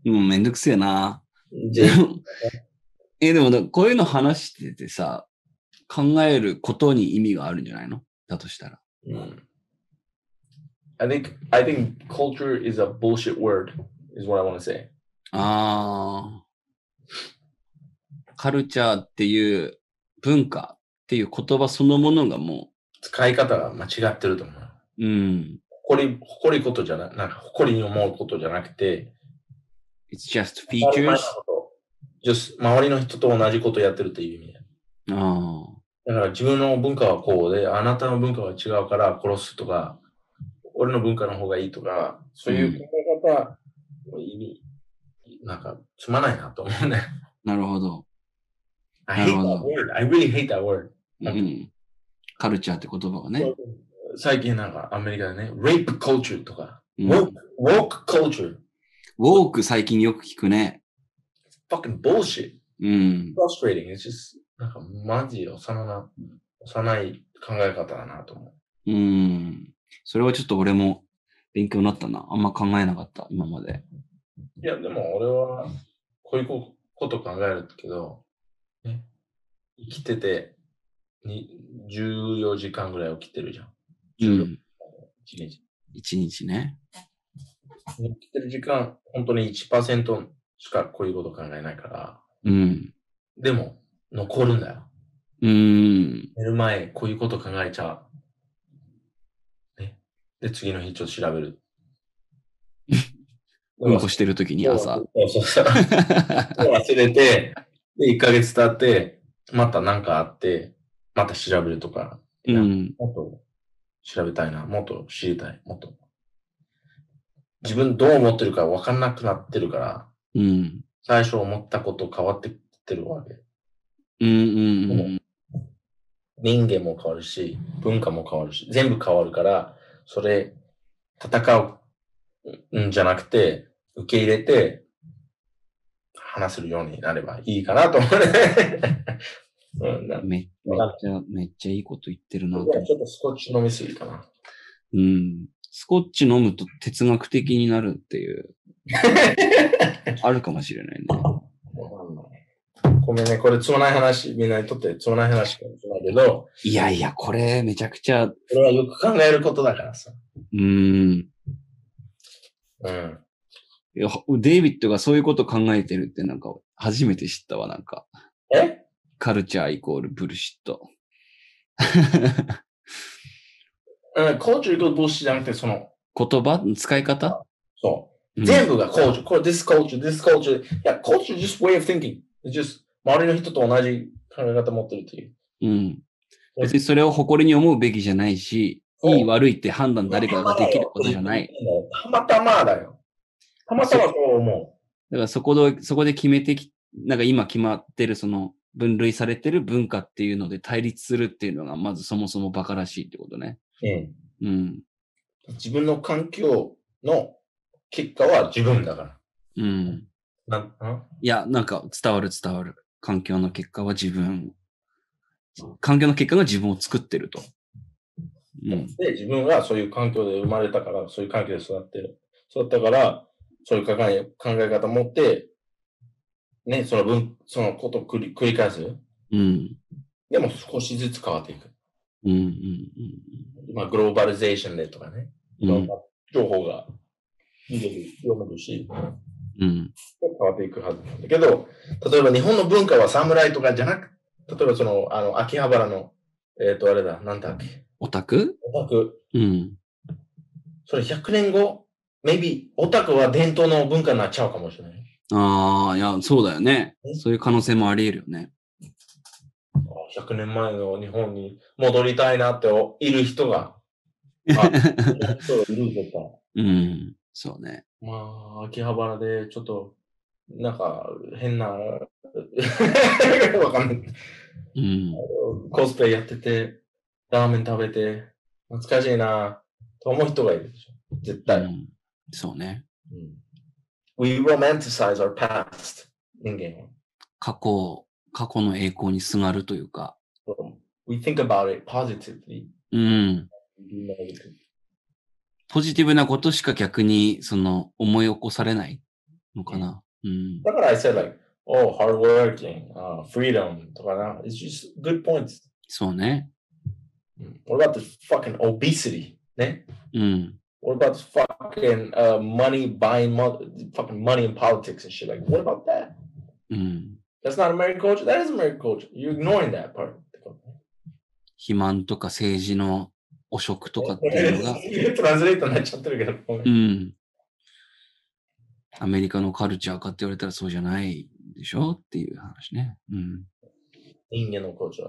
Speaker 1: もうめんどくせえな。
Speaker 2: じゃあ
Speaker 1: え、でもだ、こういうの話しててさ、考えることに意味があるんじゃないのだとしたら。
Speaker 2: Mm. I think I think culture is a bullshit word is what I want to say.
Speaker 1: ああ。カルチャーっていう文化っていう言葉そのものがも
Speaker 2: 使い方が間違ってると思う。
Speaker 1: う、うん。
Speaker 2: 誇り、誇りことじゃな、なんか誇りに思うことじゃなくて、
Speaker 1: It's just
Speaker 2: 当たり前
Speaker 1: features.
Speaker 2: なこと、just 周りの人と同じことやってるっていう意味で。
Speaker 1: ああ。
Speaker 2: だから自分の文化はこうで、あなたの文化は違うから殺すとか、俺の文化の方がいいとか、そういう考え方、意味、なんかつまんないなと思うね。
Speaker 1: なるほど。
Speaker 2: I
Speaker 1: なる
Speaker 2: hate that
Speaker 1: ほ
Speaker 2: word. I really hate that word.
Speaker 1: うん。カルチャーって言葉がね。
Speaker 2: 最近なんかアメリカでね、rape culture とか、
Speaker 1: うん、
Speaker 2: woke, woke culture,
Speaker 1: ウォーク最近よく聞くね。
Speaker 2: fucking bullshit,
Speaker 1: うん。
Speaker 2: frustrating. It's just, なんかマジ幼な、幼い考え方だなと思
Speaker 1: うん。それはちょっと俺も勉強になったな。あんま考えなかった、今まで。
Speaker 2: う。いや、でも俺は、こういうこと考えるけど、ね、生きてて、に14時間ぐらい起きてるじゃん。16。一日。
Speaker 1: 一日ね。
Speaker 2: 起きてる時間、本当に1%しかこういうこと考えないから、
Speaker 1: うん。
Speaker 2: でも、残るんだよ。
Speaker 1: うん。
Speaker 2: 寝る前、こういうこと考えちゃう。ね。で、次の日、ちょっと調べる。
Speaker 1: うんこしてる時に朝。。
Speaker 2: そ うそうそう。忘れて、で、1ヶ月経って、また何かあって、また調べるとか、
Speaker 1: うん。
Speaker 2: もっと調べたいな、もっと知りたい、もっと。自分どう思ってるか分かんなくなってるから、
Speaker 1: うん。
Speaker 2: 最初思ったこと変わってきてるわけ。
Speaker 1: うんうんうん。
Speaker 2: 人間も変わるし、文化も変わるし、全部変わるから、それ、戦うんじゃなくて、受け入れて、話せるようになればいいかなと思うね。 うん、なんか
Speaker 1: めめっちゃ、めっちゃいいこと言ってるなと思って。
Speaker 2: ちょっとスコッチ飲みすぎかな。
Speaker 1: うん。スコッチ飲むと哲学的になるって いう、あるかもしれないね。
Speaker 2: わかんないごめんね、これつまない話、みんなにとってつまない話かもしれないけど、
Speaker 1: いやいや、これめちゃくちゃ、う
Speaker 2: これはよく考えることだからさ。
Speaker 1: ーん。
Speaker 2: うん。
Speaker 1: いやデイビッドがそういうこと考えてるってなんか初めて知ったわ、なんか。
Speaker 2: え
Speaker 1: カルチャーイコールブルシット。
Speaker 2: うん、コーチと帽子じゃなくて、その、
Speaker 1: 言葉使い方
Speaker 2: そう。
Speaker 1: うん
Speaker 2: 全部が culture. これ this culture, this culture. いや、culture is just way of thinking. It's just 周りの人と同じ考え方持ってるっていう。
Speaker 1: うん。別にそれを誇りに思うべきじゃないし、
Speaker 2: そう
Speaker 1: いい悪いって判断誰かができることじゃない。。
Speaker 2: たまたまだよ。たまたまそう思
Speaker 1: だからそこで、そこで決めてき、なんか今決まってるその分類されてる文化っていうので対立するっていうのがまずそもそもバカらしいってことね。
Speaker 2: う。うん、
Speaker 1: うん。
Speaker 2: 自分の環境の結果は自分だか
Speaker 1: うん。
Speaker 2: ら。なんん
Speaker 1: いや、なんか伝わる伝わる。環境の結果は自分。環境の結果が自分を作ってると。うん。
Speaker 2: で、自分がそういう環境で生まれたから、そういう環境で育ってる。育ったから、そういう考え考え方持って、ね、その分、そのことを繰り繰り返す。
Speaker 1: うん。
Speaker 2: でも少しずつ変わっていく。
Speaker 1: うん。うん。
Speaker 2: まあ、グローバリゼーションでとかね、い
Speaker 1: うん。う
Speaker 2: ろん
Speaker 1: ん
Speaker 2: な情報が見れる、読めるし、
Speaker 1: うん。
Speaker 2: 変わっていくはずなんだけど、例えば日本の文化は侍とかじゃなく、例えばその、あの、秋葉原の、えっ、と、あれだ、なんだっけ、
Speaker 1: オタク
Speaker 2: オタク。
Speaker 1: うん。
Speaker 2: それ100年後、maybe オタクは伝統の文化になっちゃうかもしれない。
Speaker 1: ああ、いや、そうだよね
Speaker 2: え。
Speaker 1: そういう可能性もあり得るよね。
Speaker 2: あ100年前の日本に戻りたいなっておいる人が、 あ、そういるとか。
Speaker 1: うん。そうね。
Speaker 2: まあ、秋葉原で、ちょっと、なんか、変な、わかんない。
Speaker 1: うん。
Speaker 2: コスプレやってて、ラーメン食べて、懐かしいな、と思う人がいるでしょ。絶
Speaker 1: う
Speaker 2: 対。
Speaker 1: ん、そうね。
Speaker 2: We romanticize our past. 人間は。
Speaker 1: 過去、過去の栄光にすがるというか、
Speaker 2: We think about it positively.
Speaker 1: うん。
Speaker 2: We do negative.
Speaker 1: ポジティブなことしか逆に、その、思い起こされないのかな。うん。
Speaker 2: だから I said like, oh, hard working, uh, freedom とかな。It's just good points.
Speaker 1: そうね。
Speaker 2: What about the fucking obesity? ね。
Speaker 1: うん。
Speaker 2: What about the fucking uh, money buying mo- fucking money in politics and shit? Like, what about that?
Speaker 1: うん。
Speaker 2: That's not American culture. That is American culture. You're ignoring that part.
Speaker 1: 肥満とか政治の汚職とかっていう のが、
Speaker 2: トランスレートになっちゃってるけど。ごめん
Speaker 1: うん。アメリカのカルチャーかって言われたらそうじゃないでしょっていう話ね。うん。
Speaker 2: 人間の工場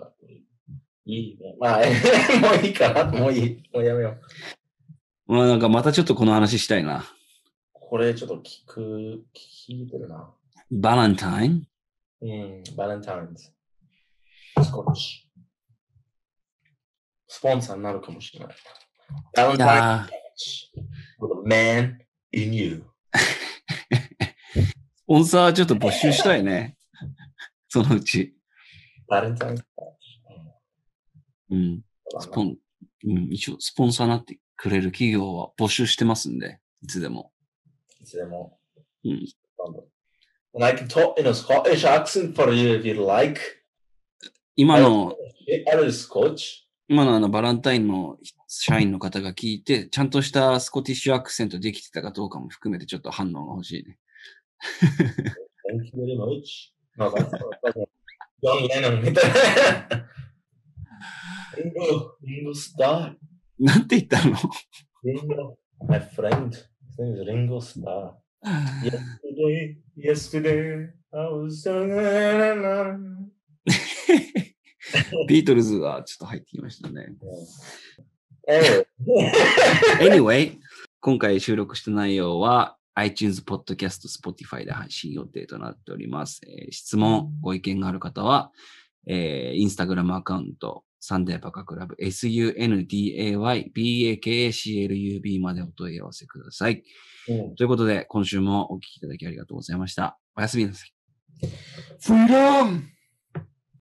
Speaker 2: いいね。まあ、 もういいかな。もういい。もうやめよう。
Speaker 1: まあなんかまたちょっとこの話したいな。
Speaker 2: これちょっと聞く、聞いてるな。
Speaker 1: バランタイン
Speaker 2: うん、バレンタインズ。少し。スポンサーになるかもしれない。バレ
Speaker 1: い
Speaker 2: ンタイン
Speaker 1: やー
Speaker 2: ズ。With a man in you.
Speaker 1: スポンサーちょっと募集したいね。 そのうち。
Speaker 2: バレンタインズ。
Speaker 1: うん。スポン、うん、一応スポンサーになってくれる企業は募集してますんで、いつでも。
Speaker 2: いつでも。
Speaker 1: うん。
Speaker 2: And I can talk in a Scottish accent for you if you'd like.
Speaker 1: 今の、
Speaker 2: Irish Scotch.
Speaker 1: 今のあのバランタインの社員の方が聞いて、ちゃんとしたスコティッシュアクセントできてたかどうかも含めてちょっと反応が欲しいね。
Speaker 2: Thank you very much. No, that's not a problem. John Lennon みたいな。リンゴ、リンゴスター。
Speaker 1: なんて言ったの
Speaker 2: リンゴ、my friend. His name is Ringo Starr. Yesterday, yesterday, I was so...
Speaker 1: ビートルズはちょっと入ってきましたね。
Speaker 2: Anyway,
Speaker 1: Anyway, 今回収録した内容は iTunes、Podcast、Spotify で配信予定となっております。えー質問、ご意見がある方は、えー、Instagram アカウント、サンデーバカクラブ、sundaybakalub までお問い合わせください。
Speaker 2: うん
Speaker 1: ということで、今週もお聞きいただきありがとうございました。おやすみなさい。
Speaker 2: Freedom!